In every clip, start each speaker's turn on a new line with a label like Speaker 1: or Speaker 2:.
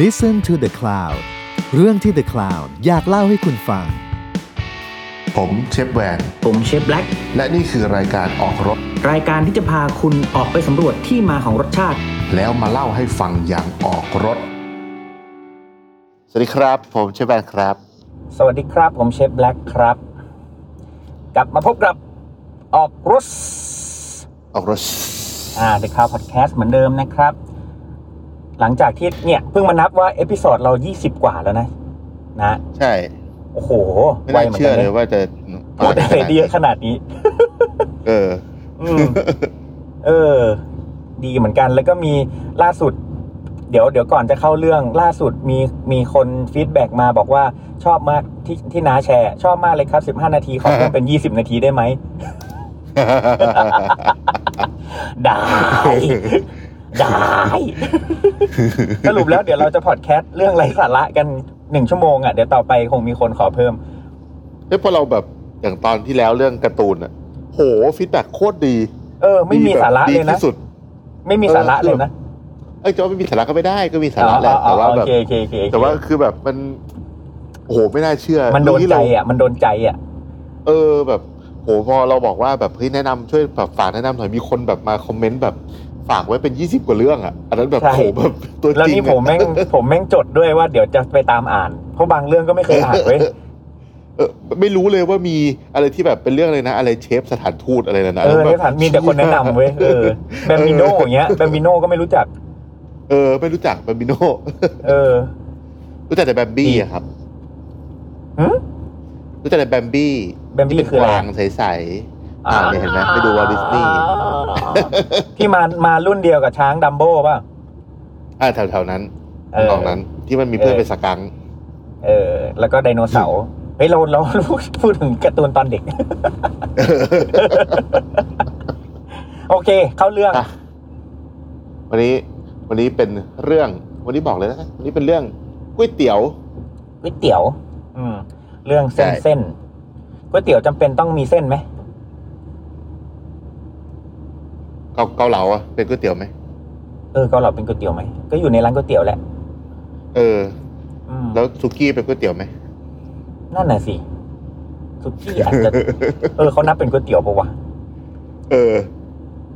Speaker 1: Listen to the Cloud เรื่องที่ The Cloud อยากเล่าให้คุณฟัง
Speaker 2: ผมเชฟแวน
Speaker 3: ผมเชฟแบล็ก
Speaker 2: และนี่คือรายการออกรถ
Speaker 3: รายการที่จะพาคุณออกไปสำรวจที่มาของรสชาติ
Speaker 2: แล้วมาเล่าให้ฟังอย่างออกรถ สวัสดีครับ ผมเชฟแวนครับ
Speaker 3: สวัสดีครับ ผมเชฟแบล็กครับ กลับมาพบกับออกรส
Speaker 2: ออกรถ
Speaker 3: อ่าเดอะคาวพอดแคสต์เหมือนเดิมนะครับ หลังจากที่เนี่ยเพิ่งมานับว่าเอพิโซดเรา 20 กว่าแล้วนะ นะ
Speaker 2: ใช่
Speaker 3: โอ้โห
Speaker 2: ไม่น่าเชื่อเลย
Speaker 3: ว่า
Speaker 2: ว่าจะ
Speaker 3: โอ้แต่เดียขนาดนี้
Speaker 2: เออ
Speaker 3: อืม เออ ดีเหมือนกันแล้วก็มีล่าสุด เดี๋ยวเดี๋ยวก่อนจะเข้าเรื่องล่าสุดมีมีคนฟีดแบ็กมาบอกว่าชอบมากที่ที่น้าแชร์ ชอบมากเลยครับ 15 นาทีขอเพิ่มเป็น 20 นาทีได้ ไหม ได้ ได้ สรุปแล้วเดี๋ยวเราจะพอดแคสต์เรื่องไร้สาระกันหนึ่งชั่วโมงอ่ะเดี๋ยวต่อไปคงมีคนขอเพิ่ม
Speaker 2: เฮ้ยพอเราแบบอย่างตอนที่แล้วเรื่องการ์ตูนอะโหฟีดแบ็กโคตรดี
Speaker 3: เออ ไม่มี
Speaker 2: ดีแบบ
Speaker 3: สาระ
Speaker 2: ดี
Speaker 3: เลยนะ
Speaker 2: ที่สุด
Speaker 3: ไม่มีสาระเลยนะ
Speaker 2: เอ้ยจะว่าไม่มีสาระก็ไม่ได้ก็มีสาระแหละ
Speaker 3: อ๋
Speaker 2: แต่
Speaker 3: อ
Speaker 2: ว่า
Speaker 3: อ๋อ
Speaker 2: แบ
Speaker 3: โอบ เคโอเคโอเคโอเค
Speaker 2: แต่ว่าคือแบบมัน โอ้โหไม่น่าเชื่อ
Speaker 3: มันโดนใจ
Speaker 2: เรา
Speaker 3: อ่ะมันโดนใจอ่ะ
Speaker 2: เออแบบโหพอเราบอกว่าแบบเฮ้ยแนะนำช่วยแบบฝากแนะนำหน่อยมีคนแบบมาคอมเมนต์แบบฝากไว้เป็นยี่สิบกว่าเรื่องอ่ะอันนั้นแบบ
Speaker 3: ใช่
Speaker 2: โหแบบตัว
Speaker 3: แล้ว
Speaker 2: จริง
Speaker 3: นี่
Speaker 2: อะ
Speaker 3: ผมแม่ ง ผมแม่งจดด้วยว่าเดี๋ยวจะไปตามอ่าน เพราะบางเรื่องก็ไม่เคยอ่านเว้ย
Speaker 2: เออไม่รู้เลยว่ามีอะไรที่แบบเป็นเรื่องอะไรนะ อะไรเชฟสถานทูตอะไรนะนะ
Speaker 3: เออ
Speaker 2: แบ
Speaker 3: ใน
Speaker 2: บ
Speaker 3: ฐานมีแต่คนแนะนำเว้ยเออแบมบิโนอย่างเงี้ยแบมบิโนก็ไม่รู้จัก
Speaker 2: เออไม่รู้จักแบมบิโน
Speaker 3: เออ
Speaker 2: รู้จักแต่แบมบี้อะครับ
Speaker 3: หึ
Speaker 2: รู้จักแต่แบมบี้
Speaker 3: แบมบี้
Speaker 2: ที่เป็น
Speaker 3: คืออะไร
Speaker 2: กวางใสๆอ่าเนี่ยเห็นไหมไปดูวอลดิสนีย์
Speaker 3: ที่มามารุ่นเดียวกับช้างดัมโบ้ป่ะ
Speaker 2: อ่าแถวๆนั้น
Speaker 3: เออ
Speaker 2: ตองนั้น ที่มันมีเพื่อนเป็นสกังค์
Speaker 3: เออ แล้วก็ไดโนเสาร์เฮ้ยเราเรา พูดถึงการ์ตูนตอนเด็ก โอเค เข้าเรื่อง
Speaker 2: อ่ะ วันนี้วันนี้เป็นเรื่องวันนี้บอกเลยนะวันนี้เป็นเรื่องก๋วยเตี๋ยว
Speaker 3: ก๋วยเตี๋ยว อืม เรื่องเส้น
Speaker 2: ใช่
Speaker 3: เส้นก๋วยเตี๋ยวจำเป็นต้องมีเส้นไหม
Speaker 2: เกาเกาเหลาอะเป็นก๋วยเตี๋ยวไหม
Speaker 3: เออเกาเหลาเป็นก๋วยเตี๋ยวไหมก็อยู่ในร้านก๋วยเตี๋ยวแหละ
Speaker 2: เออ
Speaker 3: อืม
Speaker 2: แล้วสุกี้เป็นก๋วยเตี๋ยวไหม
Speaker 3: นั่นน่ะสิสุกี้อาจจะ เออเขานับเป็นก๋วยเตี๋ยวปะวะ
Speaker 2: เออ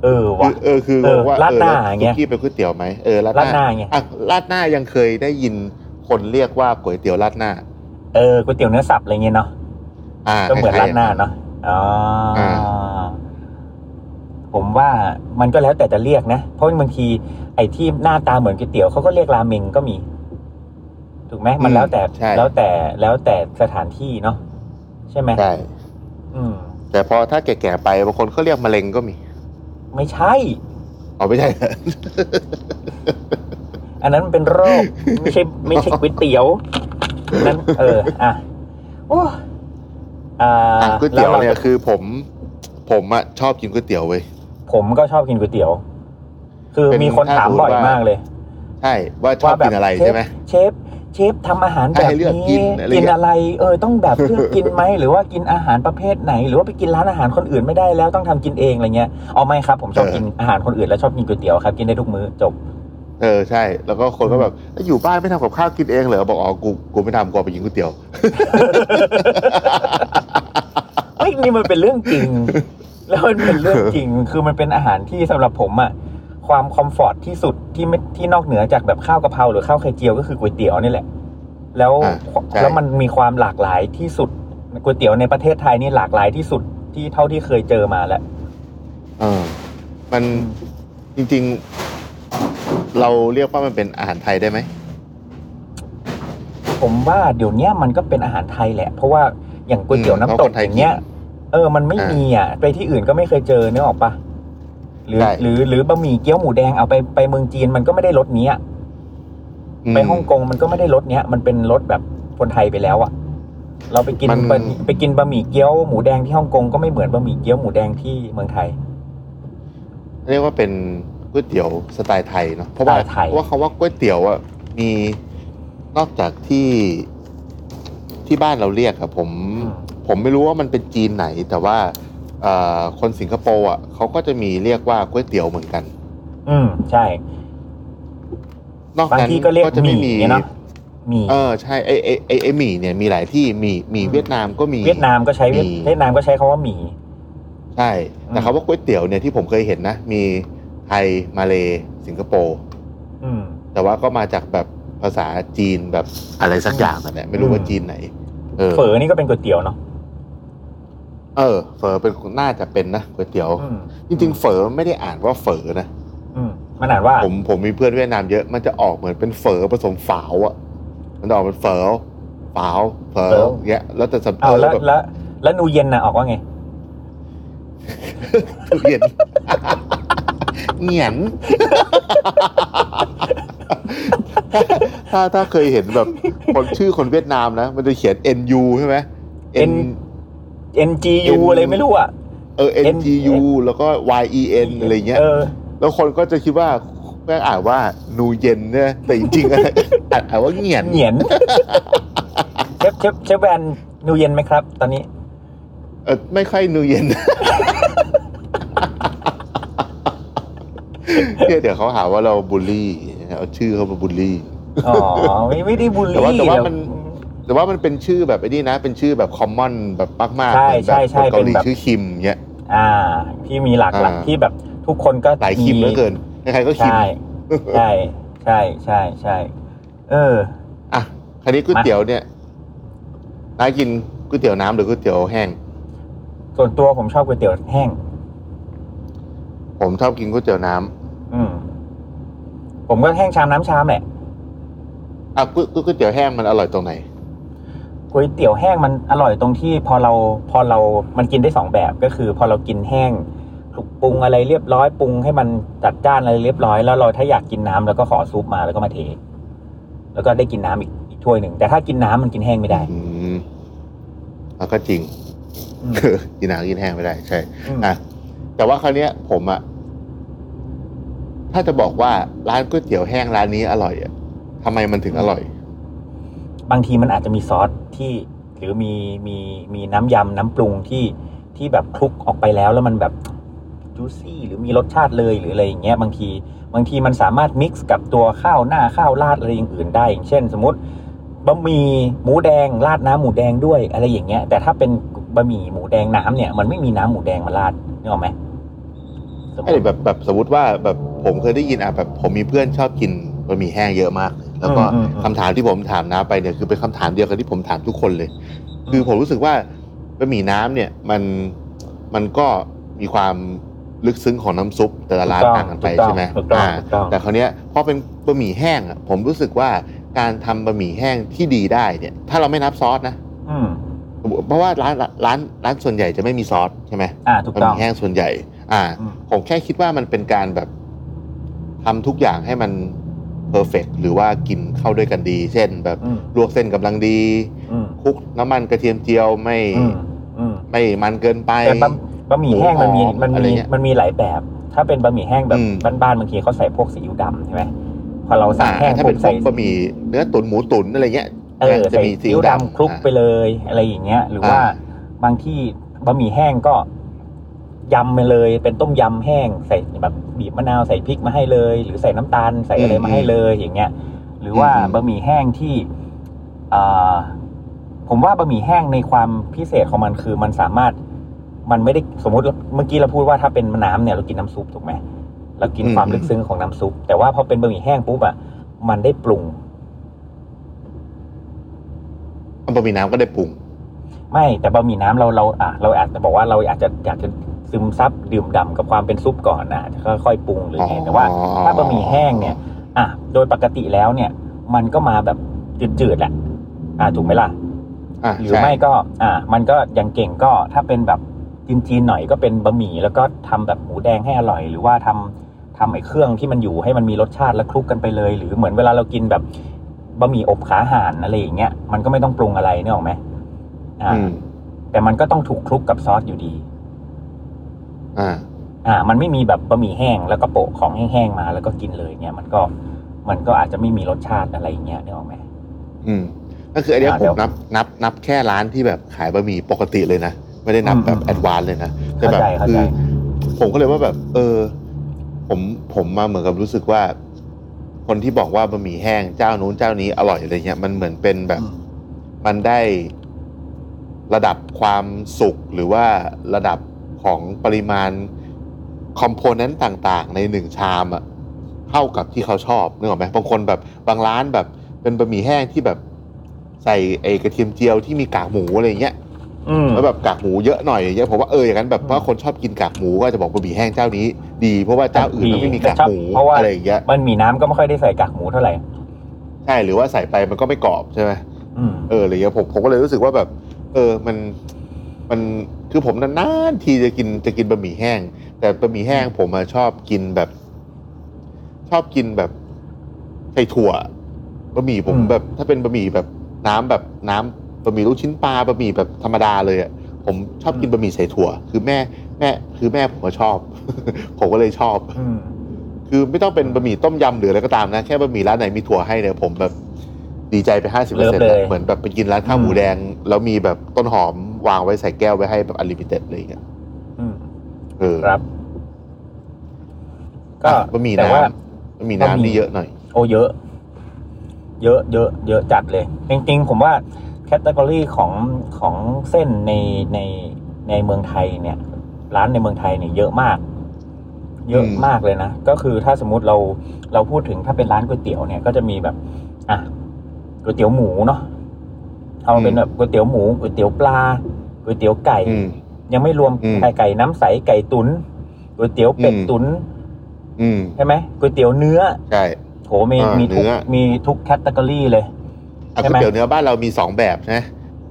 Speaker 3: เออ
Speaker 2: คื
Speaker 3: วะ
Speaker 2: อเออคือ
Speaker 3: เออ
Speaker 2: ว่า
Speaker 3: ราดหน้า
Speaker 2: เออ
Speaker 3: อย่างเงี้
Speaker 2: แล้ว
Speaker 3: ย
Speaker 2: สุกี้เป็นก๋วยเตี๋ยวไหมเออราด
Speaker 3: ราดหน้าอย่างเงี้ย
Speaker 2: อ่ะราดหน้ายังเคยได้ยินคนเรียกว่าก๋วยเตี๋ยวราดหน้า
Speaker 3: เออก๋วยเตี๋ยวเนื้อสับอะไรเงี้ยเนาะ
Speaker 2: อ่า
Speaker 3: ก็เหมือน
Speaker 2: คล้
Speaker 3: ราย ด
Speaker 2: ๆ
Speaker 3: หน้าเนาะอ๋ออา ผมว่ามันก็แล้วแต่จะเรียกนะ เพราะบางทีไอ้ที่หน้าตาเหมือนก๋วยเตี๋ยวเขาก็เรียกราเมงก็มี ถูกไหมมันแล้วแต่
Speaker 2: ใช่
Speaker 3: แล้วแต่แล้วแต่สถานที่เนาะใช่ไหม
Speaker 2: ใช่
Speaker 3: อืม
Speaker 2: แต่พอถ้าแก่ๆไปบางคนเขาเรียกมะเร็งก็มี
Speaker 3: ไม่ใช่
Speaker 2: อ๋อไม่ใช่
Speaker 3: อันนั้นมันเป็นโรค ไม่ใช่ไม่ใช่ก๋วยเตี๋ยวนั้นเอออ่ะโอ้อ่า
Speaker 2: อ่ะก๋วยเตี๋ยว
Speaker 3: แล้รา
Speaker 2: เนี่ยคือผมผมอะชอบกินก๋วยเตี๋ยวเว้ย
Speaker 3: ผมก็ชอบกินก๋วยเตี๋ยว คือ
Speaker 2: เป็น
Speaker 3: มีคนถามบ่อย
Speaker 2: ถ้าสมมุติว่า
Speaker 3: มากเลย
Speaker 2: ใช่ว่าชอบ
Speaker 3: ว่าแบบ
Speaker 2: กินอะไร
Speaker 3: เฟ
Speaker 2: ใช่ไหม
Speaker 3: เชฟเชฟทำอาหารแบบ
Speaker 2: ให้เลือกกิ
Speaker 3: นี้
Speaker 2: นอะไรเงี้ย
Speaker 3: กินอะไร เออ ต้องแบบเลือกกินไหม หรือว่ากินอาหารประเภทไหน หรือว่าไปกินร้านอาหารคนอื่นไม่ได้แล้วต้องทำกินเองอะไรเงี้ยอ๋อไม่ครับ ผมชอบกินอาหารคนอื่นแล้วชอบกินก๋วยเตี๋ยวครับกินได้ทุกมื้อจบ
Speaker 2: เออใช่แล้วก็คนก็แบบแล้วอยู่บ้านไม่ทำกับข้าวกินเองเหรอบอกอ๋อกูกูไม่ทำกูเอาไปกินก๋วยเตี๋ยว
Speaker 3: เฮ้ยนี่มันเป็นเรื่องจริ ง แล้วมันเป็นเรื่องจริง คือมันเป็นอาหารที่สำหรับผมอะความคอมฟอร์ทที่สุดที่ไม่ที่นอกเหนือจากแบบข้าวกะเพราหรือข้าวไข่เจียวก็คือก๋วยเตี๋ยวนี่แหละ แล้ว
Speaker 2: อ่ะใช่
Speaker 3: แล้วมันมีความหลากหลายที่สุดก๋วยเตี๋ยวในประเทศไทยนี่หลากหลายที่สุดที่เท่าที่เคยเจอมาแล้ว
Speaker 2: เออ มันจริง ๆ เราเรียกว่ามันเป็นอาหารไทยได้ไหม
Speaker 3: ผมว่าเดี๋ยวเนี้ยมันก็เป็นอาหารไทยแหละ เพราะว่าอย่างก๋วยเตี๋ยวน้ำตกอย่างเงี้ย เออ มันไม่มีอ่ะ ไปที่อื่นก็ไม่เคยเจอเนื้อออกปะหรือ หรือหรือบะหมี่เกี๊ยวหมูแดงเอาไปไปเมืองจีนมันก็ไม่ได้รสนี้อะ
Speaker 2: อืม
Speaker 3: ไปฮ่องกงมันก็ไม่ได้รสเนี้ยมันเป็นรสแบบคนไทยไปแล้วอะเราไปกิน
Speaker 2: มัน
Speaker 3: บะหมี่ไปกินบะหมี่เกี๊ยวหมูแดงที่ฮ่องกงก็ไม่เหมือนบะหมี่เกี๊ยวหมูแดงที่เมืองไทย
Speaker 2: เรียกว่าเป็นก๋วยเตี๋ยวสไตล์ไทยเนาะเพราะว่า
Speaker 3: สไตล์ไทย
Speaker 2: เพราะว่าคำว่าก๋วยเตี๋ยวอะมีนอกจากที่ที่บ้านเราเรียกอะผม ผมไม่รู้ว่ามันเป็นจีนไหน แต่ว่าเอ่อคนสิงคโปร์อ่ะเขาก็จะมีเรียกว่าก๋วยเตี๋ยวเหมือนกัน
Speaker 3: อืมใช่
Speaker 2: นอก
Speaker 3: บาง
Speaker 2: นั้น
Speaker 3: ที่ก็เรียก
Speaker 2: ก็จะ
Speaker 3: ห
Speaker 2: ไม่
Speaker 3: มี่
Speaker 2: มี
Speaker 3: เนี่ยเนาะหมี่
Speaker 2: เออใช่ไอไอไอไอหมี่เนี่ยมีหลายที่มีมีเวียดนามก็มี
Speaker 3: เวียดนามก็ใช้เวียด
Speaker 2: หมี่
Speaker 3: เวียดนามก็ใช้คาว่าหมี่
Speaker 2: ใช่แต่
Speaker 3: อืม
Speaker 2: คำว่าก๋วยเตี๋ยวเนี่ยที่ผมเคยเห็นนะ มีไทยมาเลสิงคโปร์
Speaker 3: อืม
Speaker 2: แต่ว่าก็มาจากแบบภาษาจีนแบบอะไรสักอย่างนั่นแหละไม่รู้ว่า
Speaker 3: อืม
Speaker 2: จีนไหน เออ
Speaker 3: เฝอนี่ก็เป็นก๋วยเตี๋ยวเนาะ
Speaker 2: เออเฝอเป็นน่าจะเป็นนะก๋วยเตี๋ยว
Speaker 3: อืม
Speaker 2: จริงๆเฝอไม่ได้อ่านว่าเฝอนะ
Speaker 3: อืมมันอ่านว่า
Speaker 2: ผมผมมีเพื่อนเวียดนามเยอะมันจะออกเหมือนเป็นเฝอผสมฝาวอะมันจะออกเป็นเฝอฝาวเฝอเงี้ยแล้วแต่สำ
Speaker 3: เอาแล้ว
Speaker 2: แบบ
Speaker 3: แล้วแล้วนูเย็นน่ะออกว่าไง
Speaker 2: เห็น เหงียน ถ้าถ้าเคยเห็นแบบคนชื่อคนเวียดนามนะ มันจะเขียน NU ใช่ไหม N
Speaker 3: N- NGU อะไรไม่รู้อ่ะ
Speaker 2: เออ NGU แล้วก็ YEN อะไรเงี้ย
Speaker 3: เออ
Speaker 2: แล้วคนก็จะคิดว่าแม่งอ่านว่านูเย็นเนี่ยแต่จริงๆอะอ่านอ่านว่าเหงียน
Speaker 3: เห งียน เชฟเชฟเชฟแวนนูเย็นไหมครับ ตอนนี้
Speaker 2: เออไม่ค่อยนูเย็น เนี่ยเดี๋ยวเขาหาว่าเราบูลลี่เอาชื่อเขามาบูลลี่
Speaker 3: อ๋อ ไม่ไม่ได้บูล
Speaker 2: แต่
Speaker 3: ลี่
Speaker 2: ว่าแต่ว่า
Speaker 3: หรอก
Speaker 2: มัน แต่ว่ามันเป็นชื่อแบบไอ้นี่นะ เป็นชื่อแบบคอมมอนแบบมากๆ
Speaker 3: ใช่
Speaker 2: เหมือนแบบ
Speaker 3: ใช่ใช่
Speaker 2: คนเกาหลี
Speaker 3: เป็นแบบ
Speaker 2: ชื่อคิมเงี้ย
Speaker 3: อ่า พี่มีหลักหลัก
Speaker 2: อ่า
Speaker 3: ที่แบบทุกคนก็
Speaker 2: หลายคิมเหลือเกินใครๆก็คิม
Speaker 3: ใช่ ใช่ ใช่ใช่ใช่ เออ
Speaker 2: อ่ะคันนี้ก๋วยเตี๋ยวเนี่ยน้ากินก๋วยเตี๋ยวน้ำหรือก๋วยเตี๋ยวแห้ง
Speaker 3: ส่วนตัวผมชอบก๋วยเตี๋ยวแห้ง
Speaker 2: ผมชอบกินก๋วยเตี๋ยวน้ำ
Speaker 3: อืม ผมก็แห้งชามน้ำชามแหละ
Speaker 2: อ่ะก๋วยก๋วยเตี๋ยวแห้งมันอร่อยตรงไหน
Speaker 3: ก๋วยเตี๋ยวแห้งมันอร่อยตรงที่พอเราพอเรามันกินได้สองแบบก็คือ พอเรากินแห้งปรุงอะไรเรียบร้อยปรุงให้มันจัดจ้านอะไรเรียบร้อยแล้วเราถ้าอยากกินน้ำแล้วก็ขอซุปมาแล้วก็มาเท แล้วก็ได้กินน้ำอีกอีกถ้วยหนึ่งแต่ถ้ากินน้ำมันกินแห้งไม่ได้
Speaker 2: อืมแล้วก็จริง
Speaker 3: อืม
Speaker 2: กินหนังกินแห้งไม่ได้ใช่
Speaker 3: อืม
Speaker 2: อ่ะ แต่ว่าคราวเนี้ยผมอะถ้าจะบอกว่าร้านก๋วยเตี๋ยวแห้งร้านนี้อร่อยอะทำไมมันถึงอร่อย
Speaker 3: บางทีมันอาจจะมีซอสที่หรือมีมีมีน้ำยำน้ำปรุงที่ที่แบบคลุกออกไปแล้วแล้วมันแบบจูซี่หรือมีรสชาติเลยหรืออะไรอย่างเงี้ยบางทีบางทีมันสามารถมิกซ์กับตัวข้าวหน้าข้าวราดอะไรอย่างอื่นได้ อย่างเช่น สมมติบะหมี่หมูแดงราดน้ำหมูแดงด้วยอะไรอย่างเงี้ย แต่ถ้าเป็นบะหมี่หมูแดงน้ำเนี่ย มันไม่มีน้ำหมูแดงมาราดนึกออกไหมสมม
Speaker 2: ไอ้
Speaker 3: ติ
Speaker 2: แบบแบบสมมติว่าแบบผมเคยได้ยินอ่ะแบบ ผมมีเพื่อนชอบกินบะหมี่แห้งเยอะมากเลยแล้วก็
Speaker 3: อืมอืมอืม
Speaker 2: คำถามที่ผมถามน้าไปเนี่ยคือเป็นคำถามเดียวกันที่ผมถามทุกคนเลย
Speaker 3: อืม
Speaker 2: คือผมรู้สึกว่าบะหมี่น้ำเนี่ย มันมันก็มีความลึกซึ้งของน้ำซุป แต่ละร้านต่างกันไปใช่ไหม
Speaker 3: ถูกต้อง
Speaker 2: อ่า
Speaker 3: ถูกต้อง
Speaker 2: แต่คราวเนี้ยพอเป็นบะหมี่แห้งอะผมรู้สึกว่าการทำบะหมี่แห้งที่ดีได้เนี่ย ถ้าเราไม่นับซอสนะ
Speaker 3: อืม
Speaker 2: เพราะว่าร้านร้านร้านส่วนใหญ่จะไม่มีซอสใช่ไหม
Speaker 3: อ่าถูก
Speaker 2: บะห
Speaker 3: ต้อง
Speaker 2: มี่แห้งส่วนใหญ่ อ่า
Speaker 3: อืม
Speaker 2: ผมแค่คิดว่ามันเป็นการแบบทำทุกอย่างให้มันเพอร์เฟกหรือว่ากินเข้าด้วยกันดี เช่น แบบ
Speaker 3: อืม
Speaker 2: ลวกเส้นกำลังดี
Speaker 3: อืม
Speaker 2: คลุกน้ำมันกระเทียมเจียวไม่
Speaker 3: อืมอืม
Speaker 2: ไม่มันเกินไป
Speaker 3: แต่บะบะหมี่แห้งมันมี
Speaker 2: หมูหอม
Speaker 3: มัน
Speaker 2: อะไร
Speaker 3: มี
Speaker 2: เงี้ย
Speaker 3: มันมีหลายแบบ ถ้าเป็นบะหมี่แห้งแบ
Speaker 2: อืม
Speaker 3: บบ้านๆบางทีเขาใส่พวกซีอิ๊วดำใช่ไหมพอเราสั่
Speaker 2: อ่าง
Speaker 3: แห้ง
Speaker 2: ถ้า
Speaker 3: ปุ๊บ
Speaker 2: เป็นพว
Speaker 3: ใส่
Speaker 2: กบะหมี่เนื้อตุ๋นหมูตุ๋นอะไรเงี้ย
Speaker 3: เออ
Speaker 2: จะ
Speaker 3: ใส่
Speaker 2: มีซี
Speaker 3: ซี
Speaker 2: อิ๊
Speaker 3: อิ๊
Speaker 2: ว
Speaker 3: ว
Speaker 2: ดำ
Speaker 3: ดำคลุกไป
Speaker 2: อ่า
Speaker 3: เลยอะไรอย่างเงี้ย หรือว่า
Speaker 2: อ่า
Speaker 3: บางที่บะหมี่แห้งก็ยำไปเลย เป็นต้มยำแห้งใส่แบบบีบมะนาวใส่พริกมาให้เลย หรือใส่น้ำตาลใส่อะไรมาให้เลยอย่างเงี้ย หรือว่า
Speaker 2: อืม
Speaker 3: บะหมี่แห้งที่เอ่อผมว่าบะหมี่แห้งในความพิเศษของมันคือมันสามารถ มันไม่ได้สมมติเมื่อกี้เราพูดว่าถ้าเป็นน้ำเนี่ยเรากินน้ำซุปถูกไหมเรากิน
Speaker 2: อืม
Speaker 3: ความลึกซึ้งของน้ำซุป แต่ว่าพอเป็นบะหมี่แห้งปุ๊บอ่ะมันได้ปรุง
Speaker 2: บะหมี่น้ำก็ได้ปรุง
Speaker 3: ไม่แต่บะหมี่น้ำเราเราอ่ะเราอาจจะบอกว่าเราอยากจะอยากจะซึมซับดื่มด่ำกับความเป็นซุปก่อนนะอาจจะค่อยๆปรุงหรือไง
Speaker 2: อ๋อ
Speaker 3: แต่ว่า ถ้าบะหมี่แห้งเนี่ย อ่ะโดยปกติแล้วเนี่ย มันก็มาแบบจืดๆแหละอ่ะถูกไหมล่ะ
Speaker 2: อ่ะ
Speaker 3: หรือ
Speaker 2: ใช่
Speaker 3: ไม่ก็ อ่า มันก็อยังเก่งก็ถ้าเป็นแบบจีนๆหน่อยก็เป็นบะหมี่แล้วก็ทำแบบหมูแดงให้อร่อย หรือว่าทำทำไอ้เครื่องที่มันอยู่ให้มันมีรสชาติแล้วคลุกกันไปเลย หรือเหมือนเวลาเรากินแบบบะหมี่อบขาห่านอะไรอย่างเงี้ยมันก็ไม่ต้องปรุงอะไรนึกออกไหมอ่า
Speaker 2: อืม
Speaker 3: แต่มันก็ต้องถูกคลุกกับซอสอยู่ดี
Speaker 2: อ่า
Speaker 3: อ่า มันไม่มีแบบบะหมี่แห้งแล้วก็โปะของแห้งๆมาแล้วก็กินเลยเงี้ยมันก็มันก็อาจจะไม่มีรสชาติอะไรอย่างเงี้ยนึกออกไหม
Speaker 2: อืมก็คืออันเนี้ย
Speaker 3: อ่า
Speaker 2: ผ
Speaker 3: เดี๋ย
Speaker 2: ม
Speaker 3: ว
Speaker 2: นับนับนับแค่ร้านที่แบบขายบะหมี่ปกติเลยนะ ไม่ได้นับ
Speaker 3: อืม
Speaker 2: แบบ
Speaker 3: อืม
Speaker 2: แอดวานเลยนะแต่
Speaker 3: เข้า
Speaker 2: แบบ
Speaker 3: ใจเข้า
Speaker 2: คื
Speaker 3: ใจ
Speaker 2: อผมก็เลยว่าแบบ เออ ผมผมมาเหมือนกับรู้สึกว่า คนที่บอกว่าบะหมี่แห้งเจ้านู้นเจ้านี้อร่อยอะไรเงี้ยมันเหมือนเป็นแบบ
Speaker 4: อืม
Speaker 2: มันได้ระดับความสุขหรือว่าระดับของปริมาณคอมโพเนนต์ต่างๆ ในหนึ่งชามอะเข้ากับที่เขาชอบนึกออกไหมบางคนแบบบางร้านแบบ เป็นบะหมี่แห้งที่แบบใส่ไอกระเทียมเจียวที่มีกากหมูอะไรเงี้ย
Speaker 3: อืม
Speaker 2: แล้วแบบกากหมูเยอะหน่อยอย่างเงี้ยผมว่าเอออย่างนั้นแบบ
Speaker 3: อืม
Speaker 2: ว่าคนชอบกินกากหมูก็จะบอกบะหมี่แห้งเจ้านี้ดี เพราะว่าเจ้าอื่นมันไม่มีกากหมู
Speaker 3: เพราะว่า
Speaker 2: อะไรอย่างเงี้ย
Speaker 3: มันมีน้ำก็ไม่ค่อยได้ใส่กากหมูเท่าไหร่
Speaker 2: ใช่หรือว่าใส่ไปมันก็ไม่กรอบใช่ไหม
Speaker 3: อืม
Speaker 2: เอออะไรเงี้ยผมผมก็เลยรู้สึกว่าแบบ เออมันมันคือผมนานๆทีจะกินจะกินบะหมี่แห้ง แต่บะหมี่แห้งผมอะชอบกินแบบ ชอบกินแบบใส่ถั่วบะหมี่ผม
Speaker 3: อืม
Speaker 2: แบบ ถ้าเป็นบะหมี่แบบน้ำแบบน้ำบะหมี่ลูกชิ้นปลาบะหมี่แบบธรรมดาเลยอะผมชอบกินบะหมี่ใส่ถั่ว คือแม่แม่คือแม่ผมก็ชอบ ผมก็เลยชอบ
Speaker 3: อืม
Speaker 2: คือไม่ต้องเป็นบะหมี่ต้มยำหรืออะไรก็ตามนะ แค่บะหมี่ร้านไหนมีถั่วให้เนี่ยผมแบบดีใจไปห้าสิบ
Speaker 3: เลิฟ
Speaker 2: เปอร์เซ็น
Speaker 3: เล
Speaker 2: ต์
Speaker 3: ย
Speaker 2: เหมือนแบบไปกินร้านข้าว
Speaker 3: อืม
Speaker 2: หมูแดง แล้วมีแบบต้นหอมวางไว้ใส่แก้วไว้ให้แบบอลิมิเต็ดอะไรอย่างเงี้ย
Speaker 3: อืม
Speaker 2: เออ
Speaker 3: ครับ ก็
Speaker 2: อ่ะบะหมี่
Speaker 3: แต่
Speaker 2: น้
Speaker 3: ว่า
Speaker 2: ำบะหมี่
Speaker 3: บะหมี่
Speaker 2: น้ำนี่เยอะหน่อย
Speaker 3: โอ้เยอะ เยอะเยอะเยอะจัดเลย จริงๆ ผมว่าแคตตากรีของของเส้นในในในเมืองไทยเนี่ย ร้านในเมืองไทยเนี่ยเยอะมาก เยอะ
Speaker 2: อืม
Speaker 3: มากเลยนะ ก็คือถ้าสมมุติเราเราพูดถึงถ้าเป็นร้านก๋วยเตี๋ยวเนี่ยก็จะมีแบบ อ่ะก๋วยเตี๋ยวหมูเนาะเอาเป็นแบบก๋วยเตี๋ยวหมูก๋วยเตี๋ยวปลาก๋วยเตี๋ยวไก่
Speaker 2: อืม
Speaker 3: ยังไม่รวม
Speaker 2: อืม
Speaker 3: ไก่ไก่น้ำใสไก่ตุนก๋วยเตี๋ยวเป็ด
Speaker 2: อืม
Speaker 3: ตุน
Speaker 2: อืม
Speaker 3: ใช่ไหมก๋วยเตี๋ยวเนื้อ
Speaker 2: ใช่
Speaker 3: โหมี
Speaker 2: อ่า
Speaker 3: มีทุก
Speaker 2: เนื้อ
Speaker 3: มีทุกแคตตากรีเลย
Speaker 2: อ่ะ
Speaker 3: ใช่
Speaker 2: ก๋วย
Speaker 3: ไหม
Speaker 2: เตี๋ยวเนื้อบ้านเรามีสองแบบนะ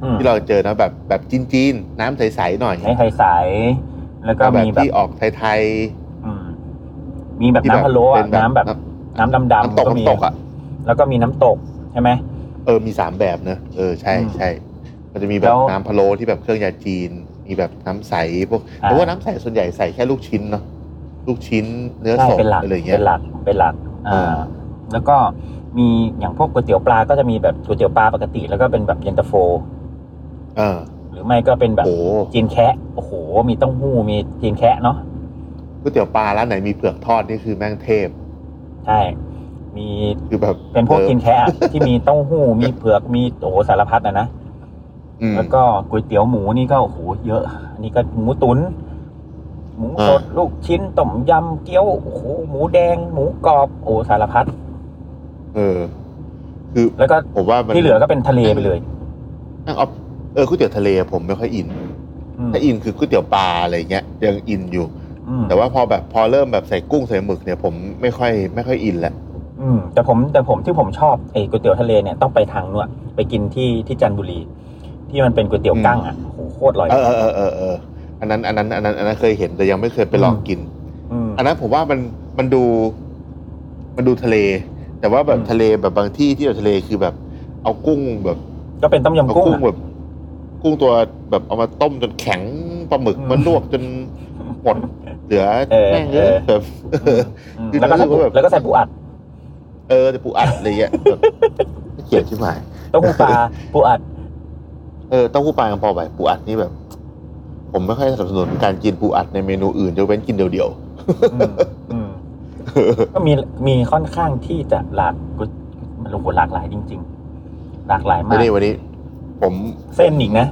Speaker 3: อืม
Speaker 2: ที่เราเจอนะแบบแบบจีนๆน้ำใสๆหน่อย
Speaker 3: ใช้ไทยสาย แล้วก็
Speaker 2: ก็แบบ
Speaker 3: มีแบบ
Speaker 2: ที่ออกไทย
Speaker 3: อืมมีแบ
Speaker 2: ๆ
Speaker 3: บ
Speaker 2: ที่
Speaker 3: น้ำพะโล้อะน้ำแบบ น้ำดำ
Speaker 2: น้ำ
Speaker 3: ๆ
Speaker 2: ตก
Speaker 3: มี
Speaker 2: น้ำตกอ่ะ
Speaker 3: แล้วก็มีน้ำตกใช่ไหม
Speaker 2: เออมีสามแบบเนอะเออใช่
Speaker 3: อืม
Speaker 2: ใช่มันจะมีแบ
Speaker 3: แล้
Speaker 2: บ
Speaker 3: ว
Speaker 2: น้ำพะโล้ที่แบบเครื่องยาจีน มีแบบน้ำใสพวก
Speaker 3: อ่า
Speaker 2: แต่ว่าน้ำใสส่วนใหญ่ใส่แค่ลูกชิ้นเนาะลูกชิ้นเนื้อ
Speaker 3: ใช่
Speaker 2: สด
Speaker 3: เป็นหลัก
Speaker 2: อะไรอย่างเงี้
Speaker 3: เป็
Speaker 2: ย
Speaker 3: นหลักเป็นหลักอ่า
Speaker 2: อ่า
Speaker 3: แล้วก็มีอย่างพวกก๋วยเตี๋ยวปลาก็จะมีแบบก๋วยเตี๋ยวปลาปกติ แล้วก็เป็นแบบเย็นตาโฟ
Speaker 2: เออ
Speaker 3: หรือไม่ก็เป็นแบบ
Speaker 2: โอ้
Speaker 3: จีนแคะโอ้โห มีเต้าหู้มีจีนแคะเนาะ
Speaker 2: ก๋วยเตี๋ยวปลาร้านไหนมีเผือกทอดนี่คือแม่งเทพ
Speaker 3: ใช่มี
Speaker 2: คือแบบ
Speaker 3: เป็นพวก
Speaker 2: ออ
Speaker 3: กินแคะอะที่มีเต้าหู้ มีเผือกมีโอ้โหสารพัดนะนะ
Speaker 2: อืม
Speaker 3: แล้วก็ก๋วยเตี๋ยวหมูนี่ก็โอ้โหเยอะ อันนี้ก็หมูตุน หมูสด
Speaker 2: อ่า
Speaker 3: ลูกชิ้นต้มยำเกี๊ยวโอ้โหหมูแดง หมูกรอบโอ้โหสารพัด
Speaker 2: เออ คือ
Speaker 3: แล้วก็
Speaker 2: ผมว่ามัน
Speaker 3: ที่เหลือก็เป็นทะเลไปเลย
Speaker 2: แม่งออฟเออก๋วยเตี๋ยวทะเลผมไม่ค่อยอิน
Speaker 3: อืม
Speaker 2: ถ้าอินคือก๋วยเตี๋ยวปลาอะไรเงี้ยยังอินอยู่
Speaker 3: อืม
Speaker 2: แต่ว่าพอแบบพอเริ่มแบบใส่กุ้งใส่หมึกเนี่ยผมไม่ค่อยไม่ค่อยอินละ
Speaker 3: อืมแต่ผมแต่ผมที่ผมชอบไอ้ก๋วยเตี๋ยวทะเลเนี่ยต้องไปทางนู้นไปกินที่ที่จันทบุรี ที่มันเป็นก๋วยเตี๋ยวกั้งอ่ะโอ้โหโคตรอร่อย
Speaker 2: เออเออเออเออเอออันนั้นอันนั้นอันนั้นอันนั้นเคยเห็นแต่ยังไม่เคยไปลองกิน
Speaker 3: ม
Speaker 2: อันนั้นผมว่ามันมันดูมันดูทะเล แต่ว่าแบบ
Speaker 3: อืม
Speaker 2: ทะเลแบบบางที่ที่แบบทะเลคือแบบ เอากุ้งแบบ
Speaker 3: ก็เป็นต้ม
Speaker 2: เอา
Speaker 3: ยำกุ้ง
Speaker 2: กุ้
Speaker 3: อะ
Speaker 2: งแบบ กุ้งตัวแบบเอามาต้มจนแข็งปลาหมึก
Speaker 3: อืม
Speaker 2: มันลวกจนหมดเหลือ
Speaker 3: เออ
Speaker 2: แม่งเยอะ
Speaker 3: เออ
Speaker 2: แบบ
Speaker 3: อืม
Speaker 2: คือ
Speaker 3: แล้วก็ใส่
Speaker 2: รู้สึกว่าแบบ
Speaker 3: แล้วก็ใส่ปูอัด
Speaker 2: เออแต่ปูอัดอะไรเงี้ยแบบเกลียดชิบหาย
Speaker 3: เต้าหู้ปลา ปูอัด
Speaker 2: เออเต้องผู้ปลายังพอไหวปูอัดนี่แบบ ผมไม่ค่อยสนับสนุนการกินปูอัดในเมนูอื่นยกเว้นกินเดียว
Speaker 3: อืมอืม
Speaker 2: ๆ
Speaker 3: ก็มีมีค่อนข้างที่จะหลากมันลงหลากหลายจริง ๆ หลากหลายมา
Speaker 2: วัน
Speaker 3: ก
Speaker 2: นี้วันนี้ ผม
Speaker 3: เส้นอีกนะ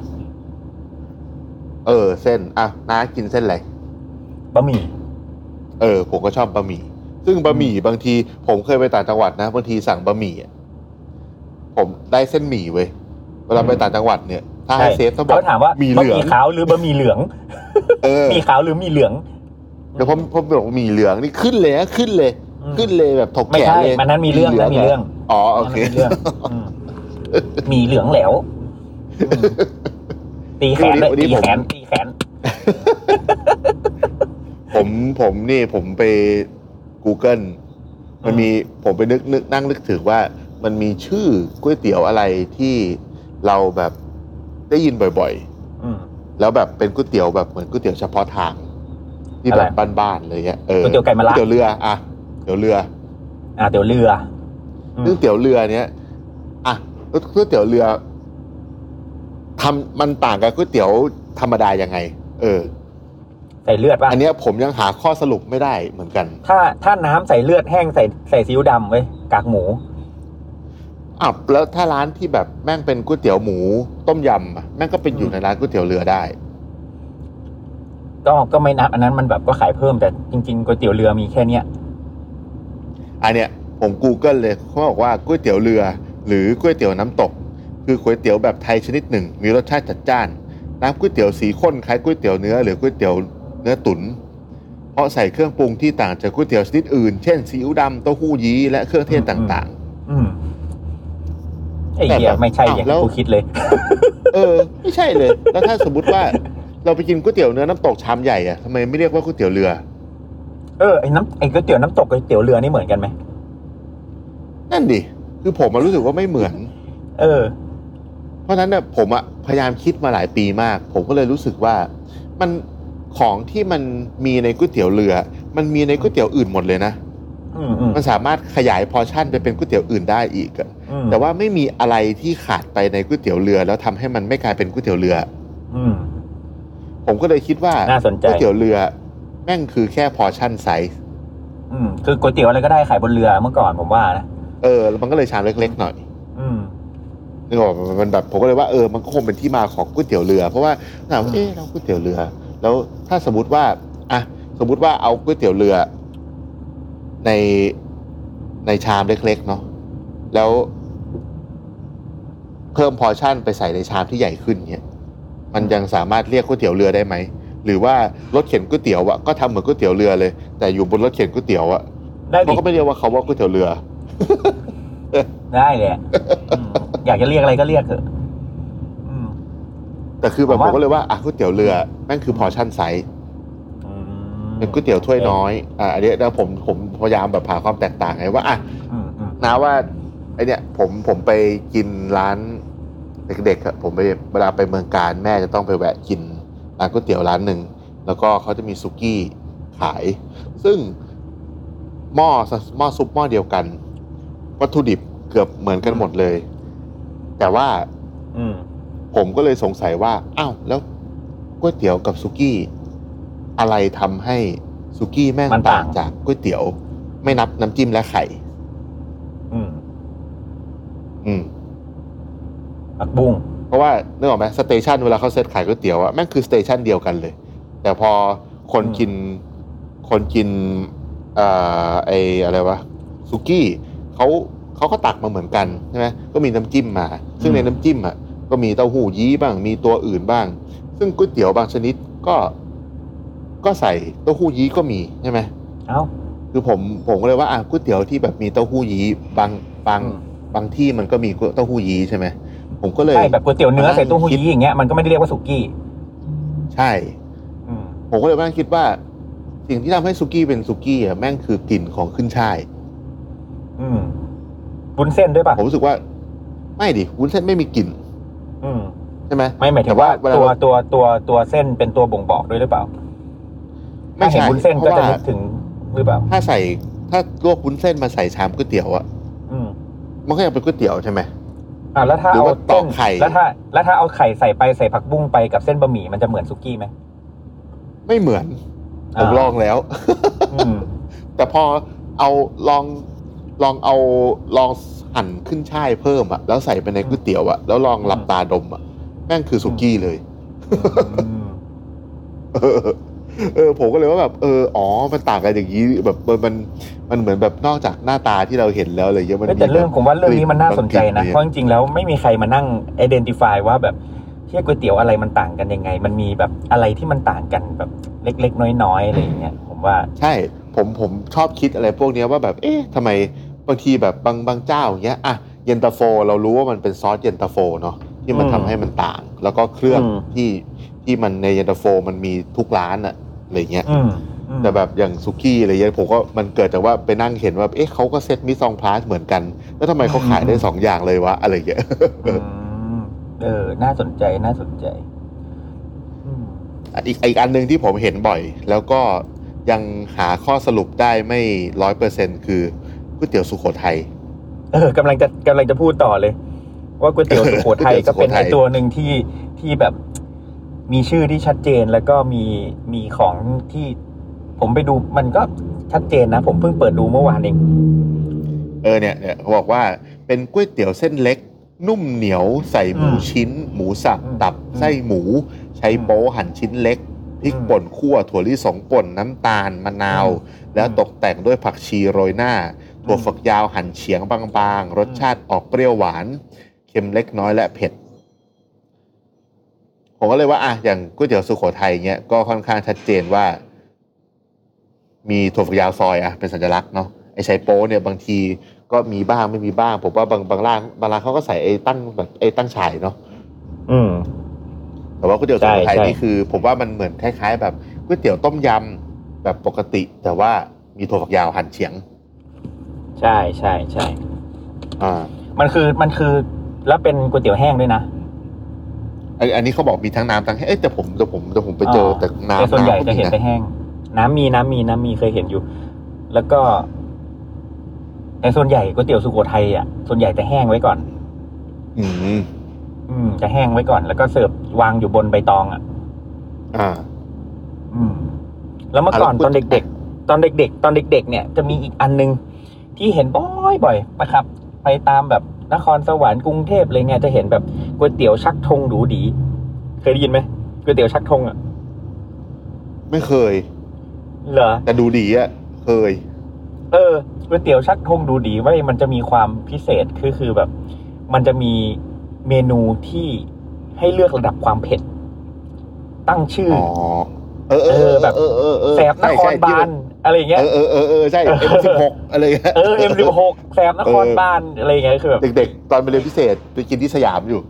Speaker 2: เออ เส้นอ่ะน้ากินเส้นอะไร
Speaker 3: บะหมี่
Speaker 2: เออผมก็ชอบบะหมี่ซึ่งบะหมี่บางที ผมเคยไปต่างจังหวัดนะบางทีสั่งบะหมี่อะผมได้เส้นหมี่เว้ยเวลาไปต่างจังหวัดเนี่ย ถ้าให้
Speaker 3: ใช่
Speaker 2: เซฟต้องบอ
Speaker 3: เขา
Speaker 2: ก
Speaker 3: ถามว่า
Speaker 2: หมี่
Speaker 3: บะห
Speaker 2: เหลือง
Speaker 3: มี่ขาวหรือบะหมี่เหลือง
Speaker 2: เออบ
Speaker 3: ะหมี่ขาวหรือหมี่เหลือง
Speaker 2: เดี๋ยวผมผมบอกหมี่เหลืองนี่ขึ้นเลยนะขึ้นเลย
Speaker 3: อืม
Speaker 2: ขึ้นเลยแบบถก
Speaker 3: ไม่
Speaker 2: แขน
Speaker 3: ใช่
Speaker 2: เลย
Speaker 3: มันนั้นมีเรื่องนั้นมีเรื่อง
Speaker 2: อ๋อโอ
Speaker 3: นั้น
Speaker 2: เค
Speaker 3: มีเรื่องอืมหมี่เหลืองแหลวอืมตีแขนเลยตีแขนตีแขน
Speaker 2: ผมผมนี่ผมไป Google มันมีผมไปนึกนึกนั่งนึกถึงว่า มันมีชื่อก๋วยเตี๋ยวอะไรที่เราแบบได้ยินบ่อยๆ
Speaker 3: อืม
Speaker 2: แล้วแบบเป็นก๋วยเตี๋ยวแบบเหมือนก๋วยเตี๋ยวเฉพาะทาง ที่แบบบ้านๆเลยเงี้ยเออ
Speaker 3: ก๋วยเตี๋ยวไก่มะระ
Speaker 2: ก๋วยเตี๋ยวเรืออ่ะเตี๋ยวเรือ
Speaker 3: อ่าเดี๋ยวเรืออืม
Speaker 2: ซึ่งเตี๋ยวเรือเนี้ยอ่ะก๋วยเตี๋ยวเรือทำมันต่างกับก๋วยเตี๋ยวธรรมดายังไง เออ
Speaker 3: ใส่เลือดป่ะ
Speaker 2: อันเนี้ยผมยังหาข้อสรุปไม่ได้เหมือนกัน
Speaker 3: ถ้าถ้าน้ำใส่เลือดแห้งใส่ใส่ซีอิ๊วดำเว้ย กากหมู
Speaker 2: อ่ะแล้วถ้าร้านที่แบบแม่งเป็นก๋วยเตี๋ยวหมูต้มยำอะแม่งก็เป็นอยู่ในร้านก๋วยเตี๋ยวเรือได้
Speaker 3: ก็ก็ไม่นับอันนั้นมันแบบก็ขายเพิ่มแต่จริงๆก๋วยเตี๋ยวเรือมีแค่เนี้ย
Speaker 2: อันเนี้ยผม Google เลยเขาบอกว่าก๋วยเตี๋ยวเรือ หรือก๋วยเตี๋ยวน้ำตก คือก๋วยเตี๋ยวแบบไทยชนิดหนึ่ง มีรสชาติจัดจ้าน น้ำก๋วยเตี๋ยวสีข้นคล้ายก๋วยเตี๋ยวเนื้อหรือก๋วยเตี๋ยวเนื้อตุ๋นเพราะใส่เครื่องปรุงที่ต่างจากก๋วยเตี๋ยวชนิดอื่น เช่นซีอิ๊วดำเต้าหู้ยี้และเครื่องเทศต่าง
Speaker 3: อืมไอ้เหี้ยไม่ใช่อย่าง
Speaker 2: อ้าวแล้ว
Speaker 3: ที่กูคิดเลย
Speaker 2: ๆ เออ ไม่ใช่เลย แล้วถ้าสมมติว่าเราไปกินก๋วยเตี๋ยวเนื้อน้ำตกชามใหญ่อะทำไมไม่เรียกว่าก๋วยเตี๋ยวเรือ
Speaker 3: เออไอ้น้ำไอ้ก๋วยเตี๋ยวน้ำตกก๋วยเตี๋ยวเรือนี่เหมือนกันไหม
Speaker 2: นั่นดิคือผมมารู้สึกว่าไม่เหมือน
Speaker 3: เออ
Speaker 2: เพราะฉะนั้นเนี่ยผมอะพยายามคิดมาหลายปีมาก ผมก็เลยรู้สึกว่า มันของที่มันมีในก๋วยเตี๋ยวเรือ มันมีในก๋วยเตี๋ยวอื่นหมดเลยนะ
Speaker 3: อืมอืม
Speaker 2: มันสามารถขยายพอร์ชั่นไปเป็นก๋วยเตี๋ยวอื่นได้อีกอะ
Speaker 3: อืม
Speaker 2: แต่ว่าไม่มีอะไรที่ขาดไปในก๋วยเตี๋ยวเรือ แล้วทำให้มันไม่กลายเป็นก๋วยเตี๋ยวเรือ
Speaker 3: อืม
Speaker 2: ผมก็เลยคิดว่า
Speaker 3: น่าสนใจ
Speaker 2: ก๋วยเตี๋ยวเรือ แม่งคือแค่พอร์ชั่นไซส์
Speaker 3: อืมคือก๋วยเตี๋ยวอะไรก็ได้ขายบนเรือเมื่อก่อนผมว่านะ
Speaker 2: เออแล้วมันก็เลยชามเล็กๆหน่อย
Speaker 3: อืม
Speaker 2: นึกออกปะมันแบบผมก็เลยว่าเออมันก็คงเป็นที่มาของก๋วยเตี๋ยวเรือ เพราะว่าถามว่าเออเราก๋วยเตี๋ยวเรือ แล้วถ้าสมมติว่าอ่ะสมมติว่าเอาก๋วยเตี๋ยวเรือ ในในชามเล็กๆเนาะแล้ว เพิ่มพอร์ชั่นไปใส่ในชามที่ใหญ่ขึ้นเนี่ยมันยังสามารถเรียกก๋วยเตี๋ยวเรือได้ไหมหรือว่ารถเข็นก๋วยเตี๋ยวอะก็ทำเหมือนก๋วยเตี๋ยวเรือเลย แต่อยู่บนรถเข็นก๋วยเตี๋ยวอะ
Speaker 3: ได้
Speaker 2: เขา
Speaker 3: ดิ
Speaker 2: ก็ไม่เรียกว่าเขาว่าก๋วยเตี๋ยวเรือ
Speaker 3: ได้เลยอะอืมอยากจะเรียกอะไรก็เรียกเถอะอืม
Speaker 2: แต่คือแบบ
Speaker 3: ผม
Speaker 2: ผ
Speaker 3: ว่า
Speaker 2: มก็เลยว่าอ่ะก๋วยเตี๋ยวเรือแม่งคือพอร์ชั่นไซส์
Speaker 3: อืม
Speaker 2: เป็นก๋วยเตี๋ยวถ้วยน้อย อ่าอันเนี้ยแล้วผมผมพยายามแบบหาความแตกต่างไงว่าอ่ะ
Speaker 3: อืมอืม
Speaker 2: นะว่าไอเนี้ยผมผมไปกินร้านเด็กๆอะผมไปเวลาไปเมืองการแม่จะต้องไปแวะกินร้านก๋วยเตี๋ยวร้านหนึ่ง แล้วก็เขาจะมีสุกี้ขาย ซึ่งหม้อหม้อซุปหม้อเดียวกัน วัตถุดิบเกือบเหมือนกันหมดเลย แต่ว่า
Speaker 3: อืม
Speaker 2: ผมก็เลยสงสัยว่า อ้าว แล้วก๋วยเตี๋ยวกับสุกี้ อะไรทำให้สุกี้แม่งต่างจากก๋วยเตี๋ยวไม่นับน้ำจิ้มและไข่
Speaker 3: อืม
Speaker 2: อืม
Speaker 3: ผักบุ้ง
Speaker 2: เพราะว่านึกออกไหมสเตชันเวลาเขาเซตขายก๋วยเตี๋ยวอะแม่งคือสเตชันเดียวกันเลย แต่พอคนกินคนกินเอ่อไออะไรวะสุกี้เขาเขาก็ตักมาเหมือนกันใช่ไหมก็มีน้ำจิ้มมา ซึ่งในน้ำจิ้มอะก็มีเต้าหู้ยี้บ้าง มีตัวอื่นบ้าง ซึ่งก๋วยเตี๋ยวบางชนิดก็ก็ใส่เต้าหู้ยี้ก็มีใช่ไหม
Speaker 3: เอ้า
Speaker 2: คือผมผมก็เลยว่าอ่ะก๋วยเตี๋ยวที่แบบมีเต้าหู้ยี้บางบางบางที่มันก็มีเต้าหู้ยี้ใช่ไหมผมก็เลย
Speaker 3: ใช่แบบก๋วยเตี๋ยวเนื้อใส่เต้าหู้ยี้อย่างเงี้ยมันก็ไม่ได้เรียกว่าสุกี้
Speaker 2: ใช่
Speaker 3: อืม
Speaker 2: ผมก็เลยมานั่งคิดว่า สิ่งที่ทำให้สุกี้เป็นสุกี้อ่ะแม่งคือกลิ่นของขึ้นช่าย
Speaker 3: อืมบุ้นเส้นด้วยป่ะ
Speaker 2: ผมรู้สึกว่า ไม่ดิวุ้นเส้นไม่มีกลิ่น
Speaker 3: อืม
Speaker 2: ใช่ไหม
Speaker 3: ไม่หมายถึ
Speaker 2: แต่
Speaker 3: ง
Speaker 2: ว่า
Speaker 3: ว่า
Speaker 2: เวลา
Speaker 3: ตัว
Speaker 2: เรา
Speaker 3: ตัวตัวตัวเส้นเป็นตัวบ่งบอกด้วยหรือเปล่า
Speaker 2: ไม่
Speaker 3: ถ้าเห็น
Speaker 2: ใช่
Speaker 3: บุ้นเส้น
Speaker 2: เพ
Speaker 3: ก็
Speaker 2: ราะ
Speaker 3: จะนึ
Speaker 2: ว่า
Speaker 3: กถึงหรือเปล่า
Speaker 2: ถ้าใส่ถ้าลวกวุ้นเส้นมาใส่ชามก๋วยเตี๋ยวอ่ะ
Speaker 3: อืม
Speaker 2: มันก็ยังเป็นก๋วยเตี๋ยวใช่ไหม
Speaker 3: อ่าแล้วถ้า
Speaker 2: หรือ
Speaker 3: เอา
Speaker 2: ว่าตอก
Speaker 3: เส้น
Speaker 2: ไข่
Speaker 3: แล้วถ้า แล้วถ้าเอาไข่ใส่ไปใส่ผักบุ้งไปกับเส้นบะหมี่มันจะเหมือนซุกี้ไหม
Speaker 2: ไม่เหมือน ผมลองแล้ว
Speaker 3: อืม
Speaker 2: แต่พอเอาลองลองเอาลองหั่นขึ้นช่ายเพิ่มอ่ะแล้วใส่ไปในก๋วยเตี๋ยวอ่ะแล้วลองหลับตาดมอ่ะแม่งคือสุกี้เลย
Speaker 3: อืม
Speaker 2: เออ เออผมก็เลยว่าแบบเอออ๋อมันต่างกันอย่างนี้แบบมันมันมันเหมือนแบบนอกจากหน้าตาที่เราเห็นแล้วอะไรเลยเยอะมัน
Speaker 3: เอ้ย
Speaker 2: มี
Speaker 3: แต่เรื่อง
Speaker 2: แบ
Speaker 3: ผ
Speaker 2: บ
Speaker 3: มว่าเรื่องนี้มันน่าสนใจ
Speaker 2: บางกลิ่น
Speaker 3: นะ
Speaker 2: เนี่ย
Speaker 3: เพราะจริงๆแล้วไม่มีใครมานั่ง identify ว่าแบบเที่ยก๋วยเตี๋ยวอะไรมันต่างกันยังไง มันมีแบบอะไรที่มันต่างกันแบบเล็ก ๆ น้อยๆอะไรอย่างเงี้ยผมว่า
Speaker 2: ใช่ผมผมชอบคิดอะไรพวกเนี้ยว่าแบบเอ๊ะทำไมบางทีแบบบางบางเจ้าอย่างเงี้ยอ่ะเย็นตาโฟ เรารู้ว่ามันเป็นซอสเย็นตาโฟเนาะที่มัน
Speaker 3: อืม
Speaker 2: ทำให้มันต่าง แล้วก็เครื่อง
Speaker 3: อืม
Speaker 2: ที่ที่มันในเย็นตาโฟมันมีทุกร้านอะอะไรเงี้ย
Speaker 3: อืมอืม
Speaker 2: แต่แบบอย่างสุกี้อะไรเงี้ยผมก็มันเกิดจากว่าไปนั่งเห็นว่าเอ๊ะเขาก็เซตมิซองพลาสเหมือนกัน แล้วทำไมเขาขายได้สองอย่างเลยวะอะไรเงี้ย
Speaker 3: อืมเออ น่าสนใจน่าสนใจ อืม
Speaker 2: อีกอีกอันหนึ่งที่ผมเห็นบ่อย แล้วก็ยังหาข้อสรุปได้ไม่ร้อยเปอร์เซ็นคือก๋วยเตี๋ยวสุโขทัย
Speaker 3: เออกำลังจะกำลังจะพูดต่อเลย ว่าก๋วยเตี๋ยวสุโขทัย
Speaker 2: เออก๋
Speaker 3: ก็
Speaker 2: วยเตี๋ยว
Speaker 3: เป็นไอ
Speaker 2: สุโขทัย
Speaker 3: ตัวหนึ่งที่ที่แบบมีชื่อที่ชัดเจนแล้วก็มีมีของที่ผมไปดูมันก็ชัดเจนนะ ผมเพิ่งเปิดดูเมื่อวานเอง
Speaker 2: เออเนี่ยเนี่ยเขาบอกว่าเป็นก๋วยเตี๋ยวเส้นเล็ก นุ่มเหนียวใส่หมู
Speaker 3: อืม
Speaker 2: ชิ้น หมูสับ
Speaker 3: อืม
Speaker 2: ตับไส้หมู ใช้
Speaker 3: อืม
Speaker 2: โป๊หั่นชิ้นเล็กพริก
Speaker 3: อืม
Speaker 2: ป่นคั่วถั่วลิสงป่นน้ำตาลมะนาว
Speaker 3: อื
Speaker 2: แล้ว
Speaker 3: อืม
Speaker 2: ตกแต่งด้วยผักชีโรยหน้า ถั่ว
Speaker 3: อืม
Speaker 2: ฝักยาวหั่นเฉียงบางๆ รสชาติออกเปรี้ยวหวาน เค็มเล็กน้อยและเผ็ด ผมก็เลยว่าอ่ะอย่างก๋วยเตี๋ยวสุโขทัยเงี้ยก็ค่อนข้างชัดเจนว่า มีถั่วฝักยาวซอยอ่ะเป็นสัญลักษณ์เนาะไอ้ใช้โป๊เนี่ยบางทีก็มีบ้างไม่มีบ้าง ผมว่าบางบางร้านบางร้านเขาก็ใส่ไอ้ตั้งแบบไอ้ตั้งฉายเนาะ
Speaker 3: อืม
Speaker 2: แต่ว่าก๋วยเตี๋ยวสุโขทัย
Speaker 3: ใช่ใช่
Speaker 2: นี่คือ ผมว่ามันเหมือนคล้ายๆ แบบก๋วยเตี๋ยวต้มยำแบบปกติ แต่ว่ามีถั่วฝักยาวหั่นเฉียง
Speaker 3: ใช่ใช่ใช่
Speaker 2: อ่า
Speaker 3: มันคือมันคือแล้วเป็นก๋วยเตี๋ยวแห้งด้วยนะ
Speaker 2: อันอันนี้เขาบอกมีทั้งน้ำทั้งแห้งเอ้ยแต่ผมแต่ผมแต่ผมไปเจอ
Speaker 3: อ่า
Speaker 2: แต่
Speaker 3: แต่
Speaker 2: น้ำ
Speaker 3: ส่วนใหญ่
Speaker 2: ำก็
Speaker 3: จะ
Speaker 2: มี
Speaker 3: เห็นแต่แห้ง น้ำมีน้ำมีน้ำมีเคยเห็นอยู่ แล้วก็แต่ส่วนใหญ่ก๋วยเตี๋ยวสุโขทัยอ่ะส่วนใหญ่จะแห้งไว้ก่อน
Speaker 2: อืม
Speaker 3: อืมจะแห้งไว้ก่อน แล้วก็เสิร์ฟวางอยู่บนใบตองอ่ะ
Speaker 2: อ่า
Speaker 3: อืม แล้วเมื่อก่อน
Speaker 2: อ่ะ
Speaker 3: ต
Speaker 2: แล้วพูด
Speaker 3: อนเด็ก ๆ ตอนเด็ก ๆ ตอนเด็ก ๆ เนี่ยจะมีอีกอันหนึงที่เห็นบ่อยบ่อยๆนะครับ ไปตามแบบนครสวรรค์กรุงเทพอะไรเงี้ยจะเห็นแบบก๋วยเตี๋ยวชักธงหรูดี เคยได้ยินไหมก๋วยเตี๋ยวชักธงอ่ะ
Speaker 2: ไม่เคย
Speaker 3: เหรอ
Speaker 2: แต่ดูดีอะเคย
Speaker 3: เออก๋วยเตี๋ยวชักธงดูดีไว้ยมันจะมีความพิเศษคือคือแบบ มันจะมีเมนูที่ให้เลือกระดับความเผ็ด ตั้งชื่อ
Speaker 2: อ๋อ เออเออ
Speaker 3: แบบ
Speaker 2: เออเออเออ
Speaker 3: แสบน
Speaker 2: ใช่
Speaker 3: คร
Speaker 2: ใช่ที่
Speaker 3: บาลอะไรอย่างเงี้ย
Speaker 2: เออเออเออเออใช่เอ็มสิบหกอะไรเงี้ย
Speaker 3: เออเอ็มสิบหกแสบนครบาลอะไรอย่างเงี้ยคือแบบ
Speaker 2: เด็กๆ ตอนไปเรียนพิเศษไปกินที่สยามอยู่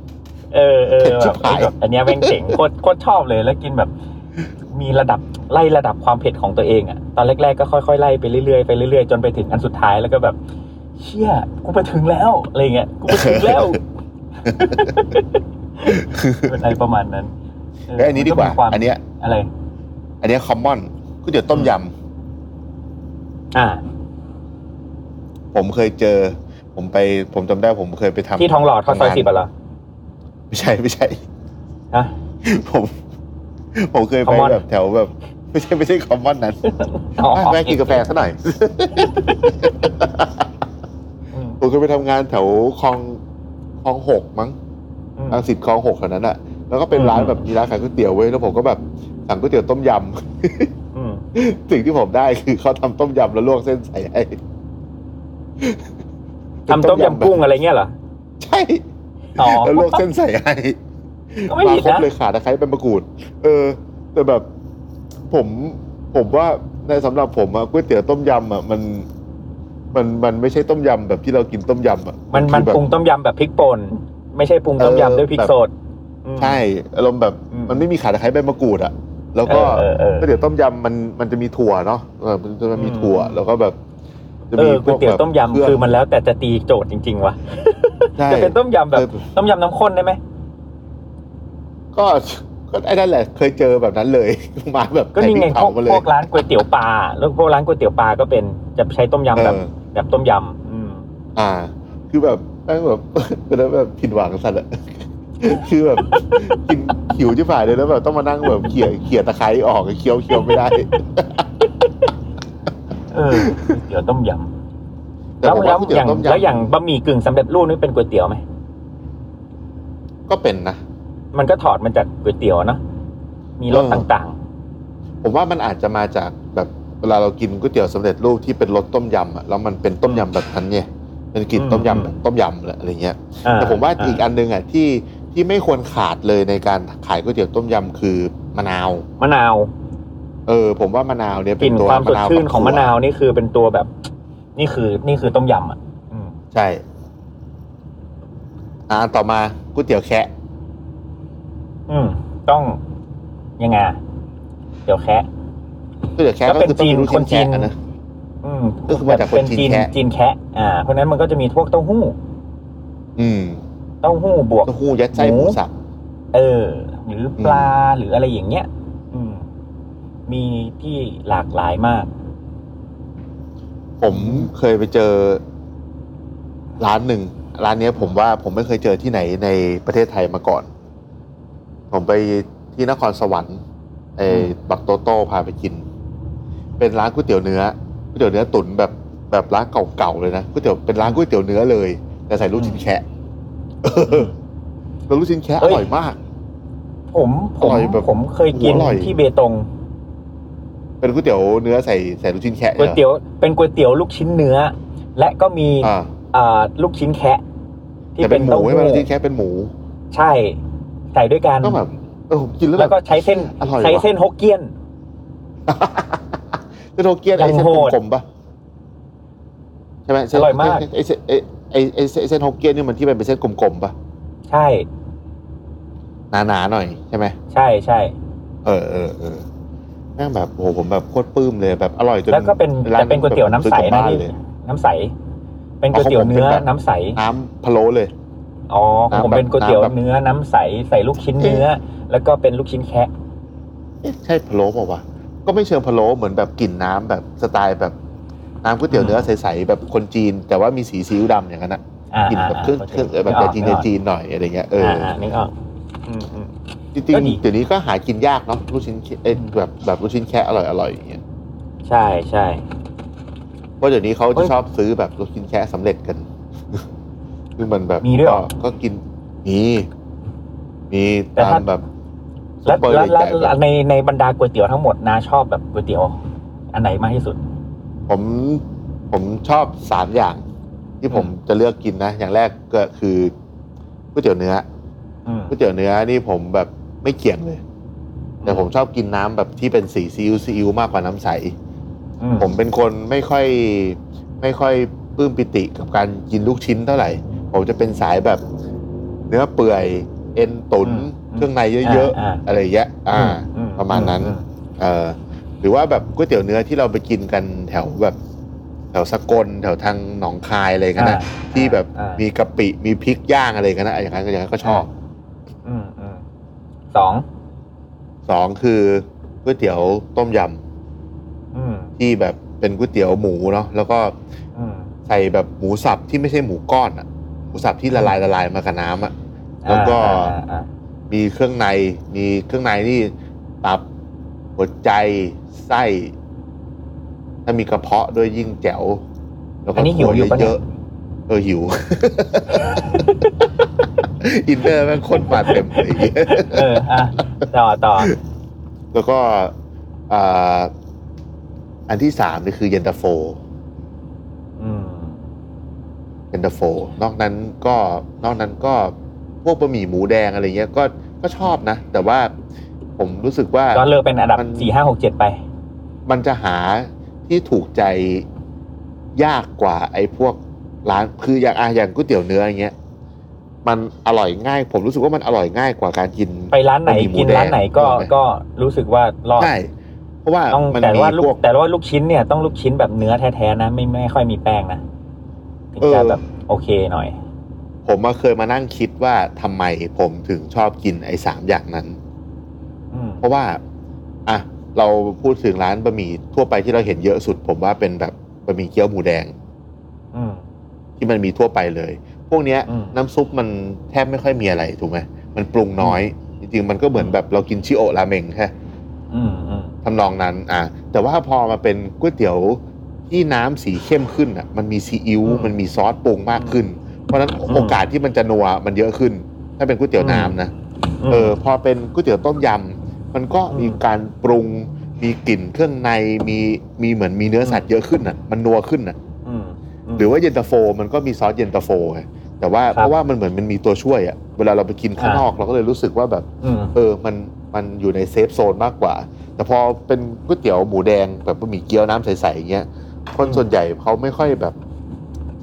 Speaker 3: เออเออ
Speaker 2: เผ็ดชิ
Speaker 3: แบบ บ
Speaker 2: หาย
Speaker 3: แบบอันเนี้ยแม่งเจ๋ งโคตรโคตรชอบเลยแล้วกินแบบ มีระดับไล่ระดับความเผ็ดของตัวเองอะตอนแรกๆก็ค่อยๆไล่ไปเรื่อยๆไปเรื่อยๆจนไปถึงอันสุดท้ายแล้วก็แบบ เชี่ยกูไปถึงแล้วอะไรอย่างเงี้ยกูไปถึง แล้ว อะไรประมาณนั้นเ
Speaker 2: แล้วอันนี้ดีกว่า
Speaker 3: มัมี
Speaker 2: อันเนี้ย
Speaker 3: อะไร
Speaker 2: อันเนี้ยคอมมอนก๋วยเตี๋ยวต้มย
Speaker 3: อ่า
Speaker 2: ำผมเคยเจอ ผมไปผมจำได้ผมเคยไปทำ
Speaker 3: ที่ทองหล่อทอดซอยสิบอะเหรอ
Speaker 2: ไม่ใช่ไม่ใช่
Speaker 3: ฮะ
Speaker 2: ผมผมเคยไป
Speaker 3: คอมมอน
Speaker 2: แบบแถวแบบ ไม่ใช่ไม่ใช่คอมมอนนั้น
Speaker 3: อ๋อ
Speaker 2: อ่ะแม่กินกาแฟซะหน่อย
Speaker 3: อืม
Speaker 2: ผมเคยไปทำงานแถวคลองคลองหกมั้ง
Speaker 3: อืม
Speaker 2: อังสิตคลองหกแถวนั้นอะแล้วก็เป็น
Speaker 3: อืม
Speaker 2: ร้านแบบมีร้านขายก๋วยเตี๋ยวเว้ยแล้วผมก็แบบสั่งก๋วยเตี๋ยวต้มย
Speaker 3: อืม
Speaker 2: ำ สิ่งที่ผมได้คือเขาทำต้มยำแล้วลวกเส้นใส่ให้
Speaker 3: ทำต้มยำกุ้งอะไรเงี้ยเหรอ
Speaker 2: ใช่
Speaker 3: อ๋อ
Speaker 2: แล้วลวกเส้นใส่ให้
Speaker 3: ก็ไม่
Speaker 2: มา
Speaker 3: ผิด
Speaker 2: ครบ
Speaker 3: นะ
Speaker 2: เลยขาตะไคร้เป็นมะกรูด เออ แต่แบบ ผมผมว่าในสำหรับผมอะก๋วยเตี๋ยวต้มยำอะมัน มันมันไม่ใช่ต้มยำแบบที่เรากินต้มยำอะ
Speaker 3: มันมัน
Speaker 2: คือแบบ
Speaker 3: ปรุงต้มยำแบบพริกป่นไม่ใช่ปรุงต้ม
Speaker 2: เออย
Speaker 3: ำด้วยพริก
Speaker 2: แบบ
Speaker 3: สดอืม
Speaker 2: ใช่อารมณ์แบบ
Speaker 3: อืม
Speaker 2: มันไม่มีขาตะไคร้ใบมะกรูดอะแล้วก็
Speaker 3: เออเออเออ
Speaker 2: ก๋วยเตี๋ยวต้มยำมันมันจะมีถั่วเนาะเออมันจะมี
Speaker 3: อืม
Speaker 2: ถั่ว แล้วก็แบบ
Speaker 3: เออก๋วยเตี๋ยวต้ม
Speaker 2: เค
Speaker 3: ยำ
Speaker 2: รื่ง
Speaker 3: คือมันแล้วแต่จะตีโจทย์จริงๆว่ะ
Speaker 2: ใช่
Speaker 3: จะเป็นต้มยำแบบ
Speaker 2: เออ
Speaker 3: ต้มยำน้ำข้นได้ไหม
Speaker 2: ก็ก็ไอ้นั่นแหละเคยเจอแบบนั้นเลย มาแบบ
Speaker 3: ก็นี่ไงพ
Speaker 2: ใส่พริเผาว
Speaker 3: ก
Speaker 2: มาเล
Speaker 3: พ
Speaker 2: ยว
Speaker 3: กร้านก๋วยเตี๋ยวปลาแล้วพวกร้านก๋วยเตี๋ยวปลาก็เป็นจะใช้ต้
Speaker 2: เอย
Speaker 3: มำแบบ
Speaker 2: อ
Speaker 3: แบบต้มยำอืม
Speaker 2: อ่า คือแบบแม่งแบบ เป็นแล้วแบบผิดหวังสัตว์อะ คือแบบ กินหิวที่ฝ่ายเลยแล้วแบบต้องมานั่งแบบเขี่ยเขี่ยตะไคร้ออกเคี้ยวเคี้ยวไม่ได้
Speaker 3: เออก๋วยเตี๋ยวต้มยำ
Speaker 2: แต่
Speaker 3: แล้ว
Speaker 2: ผม
Speaker 3: แล้ว
Speaker 2: ว่าก๋วย
Speaker 3: อย ย่าง
Speaker 2: เตี๋วต้ม
Speaker 3: แล้วอย่าง
Speaker 2: ยำ
Speaker 3: บะหมี่กึ่งสำเร็จรูปนี่เป็นก๋วยเตี๋ยวไหม
Speaker 2: ก็เป็นนะ
Speaker 3: มันก็ถอดมาจากก๋วยเตี๋ยวเนาะมีรส
Speaker 2: เออ
Speaker 3: ต่าง
Speaker 2: ผมว่ามันอาจจะมาจากแบบเวลาเรากินก๋วยเตี๋ยวสำเร็จรูปที่เป็นรสต้มยำอะแล้วมันเป็นต้มยำแบบนั้นไงเป็นกลิ่นต้มยำแบบต้มยำแหละอะไรเงี้ย
Speaker 3: ๆอ่
Speaker 2: แต่ผมว่าอีกอันหนึงอ่ะที่ที่ไม่ควรขาดเลยในการขายก๋วยเตี๋ยวต้มยำคือมะนาว
Speaker 3: มะนาว
Speaker 2: เออผมว่ามะนาวเนี่
Speaker 3: ก
Speaker 2: ยเป็
Speaker 3: ลิ่
Speaker 2: น
Speaker 3: น
Speaker 2: ตัว
Speaker 3: ความสดชื่น
Speaker 2: กับถั่
Speaker 3: ของมะนาวนี่คือเป็นตัวแบบ นี่คือนี่คือต้มยำอ่ะอืม
Speaker 2: ใช่อ่าต่อมาก๋วยเตี๋ยวแคะ
Speaker 3: อืมต้องยังไงอะเดี๋ยวแคะ
Speaker 2: ก๋วยเตี๋ยวแคะ
Speaker 3: ก็
Speaker 2: ก็
Speaker 3: เป็น
Speaker 2: คือต้อง
Speaker 3: จีน
Speaker 2: รู้
Speaker 3: ค
Speaker 2: ชิ้
Speaker 3: น
Speaker 2: น
Speaker 3: จีน
Speaker 2: แคะอะนะ
Speaker 3: อืม
Speaker 2: ก็คือมาจากคน
Speaker 3: เป็น
Speaker 2: จี
Speaker 3: จีน
Speaker 2: นแคะ
Speaker 3: จีนแคะอ่าเพราะฉะนั้นมันก็จะมีพวกเต้าหู้
Speaker 2: อืม
Speaker 3: เต้าหู้บวก
Speaker 2: เต้าหู้ยัดไส้หมูสับ
Speaker 3: เออ หรือปลา
Speaker 2: อื
Speaker 3: หรืออะไรอย่างเงี้ย อืม มีที่หลากหลายมาก
Speaker 2: ผมเคยไปเจอร้านหนึ่งร้านเนี้ยผมว่าผมไม่เคยเจอที่ไหนในประเทศไทยมาก่อน ผมไปที่นครสวรรค์ไอ้
Speaker 3: อืม
Speaker 2: บักโตโต้พาไปกิน เป็นร้านก๋วยเตี๋ยวเนื้อก๋วยเตี๋ยวเนื้อตุ๋นแบบ แบบร้านเก่าๆเลยนะก๋วยเตี๋ยวเป็นร้านก๋วยเตี๋ยวเนื้อเลย แต่ใส่ลูกชิ้นแคะ
Speaker 3: อืม
Speaker 2: แล้วลูกชิ้นแคะ
Speaker 3: เฮ้
Speaker 2: อย ร่อยมาก
Speaker 3: ผมผ
Speaker 2: อร่
Speaker 3: ม
Speaker 2: อยแบบ
Speaker 3: ผมเคยกิน
Speaker 2: อร่อย
Speaker 3: ที่เบตง
Speaker 2: เป็นก๋วยเตี๋ยวเนื้อใส่ใส่ลูกชิ้นแคะ
Speaker 3: ก๋วยเตี๋ยวเป็นก๋วยเตี๋ยวลูกชิ้นเนื้อ และก็มี
Speaker 2: อ่า
Speaker 3: อ่าลูกชิ้นแคะที่
Speaker 2: แต่เป็นหมู
Speaker 3: ต้า
Speaker 2: ไม่เป็นลูกชิ้นแคะเป็นหมู
Speaker 3: ใช่ใส่ด้วยกัน
Speaker 2: ก็แบบเออผมกินแล้ว
Speaker 3: แล้ว
Speaker 2: แบ
Speaker 3: ก็
Speaker 2: บ
Speaker 3: ใช้เส้น
Speaker 2: อร่อยว่ะ
Speaker 3: ใช้เส้นฮกเกี้ยน
Speaker 2: เส้นโตเกียนไอ
Speaker 3: ยัง
Speaker 2: เส้น
Speaker 3: โหด
Speaker 2: กลมๆปะใช่ไหมเส้น
Speaker 3: อร่อยมาก
Speaker 2: ไอเส้นไอไอไอเส้นไอ้เส้นโฮกเกี้ยนนี่มันที่มันเป็นเส้นกลมๆปะ
Speaker 3: ใช่
Speaker 2: หนาๆหน่อยใช่ไหม
Speaker 3: ใช่ใช่
Speaker 2: เออเออเออนั่งแบบโอ้โหผมแบบโคตรปลื้มเลยแบบอร่อยจน
Speaker 3: แล้วก็เป็น
Speaker 2: ร้า
Speaker 3: แต่เป็นก๋วยเตี๋ยวน้ำใส
Speaker 2: แบบซื้อกลับ
Speaker 3: นะ
Speaker 2: บ้า
Speaker 3: พี่
Speaker 2: เลย
Speaker 3: น้ำใส เป็นก๋วยเตี๋ยวเนื้อ
Speaker 2: ของผมเป็นแบบ
Speaker 3: น้ำใส
Speaker 2: น้ำพะโล้เลย
Speaker 3: อ๋อของผม
Speaker 2: น้ำแบบ
Speaker 3: เป็นก๋วยเตี๋ยว
Speaker 2: น้ำแบบ
Speaker 3: เนื้อน้ำใสใส่ลูกชิ้นเนื้อ แล้วก็เป็นลูกชิ้นแคะ
Speaker 2: เอ๊ะใช่พะโล้เปล่าวะก็ไม่เชิงพะโล้เหมือนแบบกลิ่นน้ำแบบสไตล์แบบน้ำก๋วยเตี๋ยวเนื้อใสๆแบบคนจีน แต่ว่ามีสีซีอิ๊วดำอย่างนั้นนะ
Speaker 3: อ่าก
Speaker 2: ลิ่นแบบเครื่องเครื่องแบบแต่จีนจีนๆหน่อยอะไรเงี้ยเอออ
Speaker 3: นึกออกอืมอืม
Speaker 2: จริง
Speaker 3: ก็ดี
Speaker 2: ๆเดี๋ยวนี้ก็หากินยากเนาะลูกชิ้นแค่เอ้ยแบบแบบลูกชิ้นแค่อร่อยอร่อยอย่างเงี้ย
Speaker 3: ใช่ใช่
Speaker 2: เพราะเดี๋ยวนี้เขา
Speaker 3: เฮ้
Speaker 2: จะ
Speaker 3: ย
Speaker 2: ชอบซื้อแบบลูกชิ้นแค่สำเร็จกัน คือมันแบบ
Speaker 3: มีด้วยเหรอ
Speaker 2: ก็ก็กินมีมี
Speaker 3: แต่
Speaker 2: ตา
Speaker 3: ถ้า
Speaker 2: มแบบ
Speaker 3: แล้ว
Speaker 2: ซุปเปอร์
Speaker 3: แล้ว
Speaker 2: ใหญ่ๆแบ
Speaker 3: แล้ว
Speaker 2: บ
Speaker 3: ในในบรรดาก๋วยเตี๋ยวทั้งหมดนาชอบแบบก๋วยเตี๋ยวอันไหนมากที่สุด
Speaker 2: ผมผมชอบสามอย่าง ที่ผมจะเลือกกินนะ อย่างแรกก็คือก๋วยเตี๋ยวเนื้อ
Speaker 3: อืม
Speaker 2: ก๋วยเตี๋ยวเนื้อนี่ผมแบบไม่เกี่ยงเลย แต่ผมชอบกินน้ำแบบที่เป็นสีซีอิ๊วซีอิ๊วมากกว่าน้ำใส
Speaker 3: อื
Speaker 2: ผมเป็นคนไม่ค่อยไม่ค่อยปลื้มปิติกับการกินลูกชิ้นเท่าไหร่ ผมจะเป็นสายแบบเนื้อเปื่อยเอ็นตุนเครื่องในเยอะ
Speaker 3: อ่า
Speaker 2: ๆอะไรอย่างเงี้ยอ่า
Speaker 3: อื
Speaker 2: ประมาณนั้น
Speaker 3: อื
Speaker 2: เออหรือว่าแบบก๋วยเตี๋ยวเนื้อที่เราไปกินกันแถวแบบ แถวสกลแถวทางหนองคายอะไรกันนะ
Speaker 3: อ่า
Speaker 2: ที่แบบ
Speaker 3: อ่า
Speaker 2: มีกะปิมีพริกย่างอะไรกันนะอย่างนั้นอย่างนั้นก็ชอบ
Speaker 3: อืมอืมสอง
Speaker 2: สองคือก๋วยเตี๋ยวต้มย
Speaker 3: อืม
Speaker 2: ำที่แบบเป็นก๋วยเตี๋ยวหมูเนาะแล้วก็
Speaker 3: อืม
Speaker 2: ใส่แบบหมูสับที่ไม่ใช่หมูก้อนอะหมูสับที่ละลายละลายมากับน้ำอะแล้วก็
Speaker 3: อ่าอ่าอ่า
Speaker 2: มีเครื่องในมีเครื่องในนี่ตับหัวใจไส้ ถ้ามีกระเพาะด้วยยิ่งแจ๋ว แล้ว
Speaker 3: อั
Speaker 2: ก็
Speaker 3: นนี้หิว
Speaker 2: ถั่
Speaker 3: อยู่ปะเนี่
Speaker 2: เย
Speaker 3: ย
Speaker 2: อะๆเออหิว อินเนอร์แม่งโคนมาเต็มเลย
Speaker 3: เอออ่ะต่อต่อ
Speaker 2: แล้วก็อ่าอันที่สามนี่คือเย็นตาโฟ
Speaker 3: อืม
Speaker 2: เย็นตาโฟ นอกนั้นก็ นอกนั้นก็พวกบะหมี่หมูแดงอะไรเงี้ย ก็ ก็ชอบนะ แต่ว่าผมรู้สึกว่า
Speaker 3: ก็เลือกเป็นอันดับ
Speaker 2: มัน
Speaker 3: สี่ห้าหกเจ็ดไป
Speaker 2: มันจะหาที่ถูกใจยากกว่าไอ้พวกร้าน คืออย่างอะอย่างก๋วยเตี๋ยวเนื้ออย่างเงี้ย มันอร่อยง่าย ผมรู้สึกว่ามันอร่อยง่ายกว่าการกิน
Speaker 3: ไปร้านไหน
Speaker 2: บะหมี่หมู
Speaker 3: กินร้านไหนก็
Speaker 2: แดง
Speaker 3: ก็รู้สึกว่ารอด
Speaker 2: ใช่ เพราะว่า
Speaker 3: ต้อง
Speaker 2: มัน
Speaker 3: แต่
Speaker 2: มี
Speaker 3: ว่าลู
Speaker 2: พว
Speaker 3: ก
Speaker 2: ก
Speaker 3: แต่ว่าลูกชิ้นเนี่ยต้องลูกชิ้นแบบเนื้อแท้ๆนะไม่ไม่ค่อยมีแป้งนะถึง
Speaker 2: เออ
Speaker 3: จะแบบโอเคหน่อย
Speaker 2: ผมมาเคยมานั่งคิดว่าทำไมผมถึงชอบกินไอ้สามอย่างนั้น
Speaker 3: อืม
Speaker 2: เพราะว่า อ่ะ เราพูดถึงร้านบะหมี่ทั่วไปที่เราเห็นเยอะสุด ผมว่าเป็นแบบบะหมี่เกี๊ยวหมูแดง
Speaker 3: อืม
Speaker 2: ที่มันมีทั่วไปเลย พวกเนี้ย
Speaker 3: อืม
Speaker 2: น้ำซุปมันแทบไม่ค่อยมีอะไรถูกไหมมันปรุงน้อย จริงๆ มันก็เหมือนแบบเรากินชิโอะราเมงแค่
Speaker 3: อืมอืม
Speaker 2: ทำนองนั้น อ่ะ แต่ว่าพอมาเป็นก๋วยเตี๋ยวที่น้ำสีเข้มขึ้นอ่ะ มันมีซีอิ๊วมันมีซอสปรุงมากขึ้น เพราะฉะนั้นโอกาสที่มันจะนัวมันเยอะขึ้น ถ้าเป็นก๋วยเตี๋ยวน้ำนะ เออ
Speaker 3: ม
Speaker 2: พอเป็นก๋วยเตี๋ยวต้มยำมันก็
Speaker 3: อืม
Speaker 2: มีการปรุง มีกลิ่นเครื่องในมีมีเหมือนมีเนื้อสัต
Speaker 3: อื
Speaker 2: ว์
Speaker 3: ม
Speaker 2: เยอะขึ้นน่ะมันนัวขึ้นน่ะ
Speaker 3: มม
Speaker 2: หรือว่าเย็นตาโฟ มันก็มีซอสเย็นตาโฟไงแต่ว่า
Speaker 3: ครับ
Speaker 2: เพราะว่ามันเหมือนมันมีตัวช่วยอะเวลาเราไปกินข้าง
Speaker 3: อ่านน
Speaker 2: อกเราก็เลยรู้สึกว่าแบบ
Speaker 3: อืม
Speaker 2: เออมันมันอยู่ในเซฟโซนมากกว่า แต่พอเป็นก๋วยเตี๋ยวหมูแดงแบบบะหมี่เกี๊ยวน้ำใสๆอย่างเงี้ยคนส่วนใหญ่เขาไม่ค่อยแบบ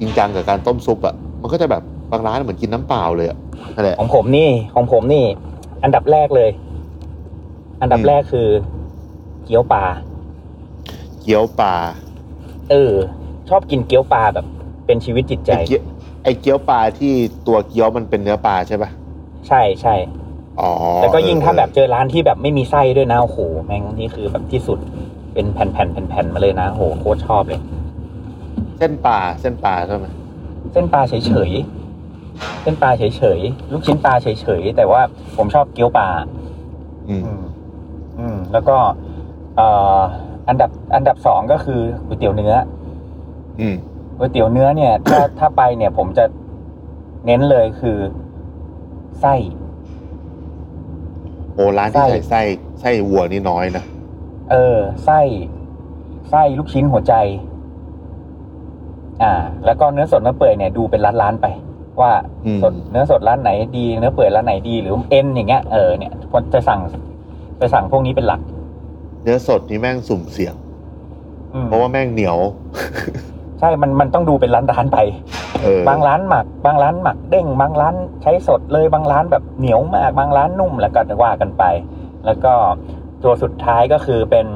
Speaker 2: จริงจังกับการต้มซุปอะมันก็จะแบบบางร้านเหมือนกินน้ำเปล่าเลยอะนั่นแหละ
Speaker 3: ของผมนี่ของผมนี่ อันดับแรกเลย อันดับ
Speaker 2: อืม
Speaker 3: แรกคือ เกี๊ยวปลา
Speaker 2: เกี๊ยวปลา
Speaker 3: เออ ชอบกินเกี๊ยวปลาแบบ เป็นชีวิตจิตใจ
Speaker 2: ไอ้เกี๊ยวไอ้เกี๊ยวปลาที่ตัวเกี๊ยวมันเป็นเนื้อปลาใช่ปะ
Speaker 3: ใช่ใช่
Speaker 2: อ๋อ
Speaker 3: แล้วก็ยิ่งถ้าแบบ
Speaker 2: เออ
Speaker 3: เจอร้านที่แบบไม่มีไส้ด้วยนะโอ้โหแม่งนี่คือแบบที่สุดเป็นแผ่นแผ่นแผ่นแผ่นมาเลยนะโอ้โหโคตรชอบเลย
Speaker 2: เส้นปลาเส้นปลาใช่ไหม
Speaker 3: เส้นปลาเฉยเฉยๆเส้นปลาเฉยเฉยๆลูกชิ้นปลาเฉยเฉยๆแต่ว่าผมชอบเกี๊ยวปลา
Speaker 2: อืม
Speaker 3: อืมแล้วก็เอ่ออันดับอันดับสองก็คือก๋วยเตี๋ยวเนื้อ
Speaker 2: อืม
Speaker 3: ก๋วยเตี๋ยวเนื้อเนี่ย ถ้าถ้าไปเนี่ยผมจะเน้นเลยคือไส้
Speaker 2: โอ้ร้านที่
Speaker 3: ไส้
Speaker 2: ใส่ไส้ไส้วัวนี่น้อยนะ
Speaker 3: เออ ไส้ไส้ลูกชิ้นหัวใจ อ่า แล้วก็เนื้อสดเนื้อเปื่อยเนี่ยดูเป็นร้านร้านๆไป ว่า
Speaker 2: อืม
Speaker 3: สดเนื้อสดร้านไหนดีเนื้อเปื่อยร้านไหนดีหรือเอ็นอย่างเงี้ยเออเนี่ยคนจะสั่งจะสั่งพวกนี้เป็นหลัก
Speaker 2: เนื้อสดนี่แม่งสุ่มเสี่ยง
Speaker 3: อืม
Speaker 2: เพราะว่าแม่งเหนียว
Speaker 3: ใช่มันมันต้องดูเป็นร้านร้านๆไป
Speaker 2: เออบ
Speaker 3: างร้านหมัก บางร้านหมักเด้ง บางร้านใช้สดเลยบางร้านแบบเหนียวมาก บางร้านนุ่มแล้วก็ว่ากันไป แล้วก็ตัวสุดท้ายก็คือเป็น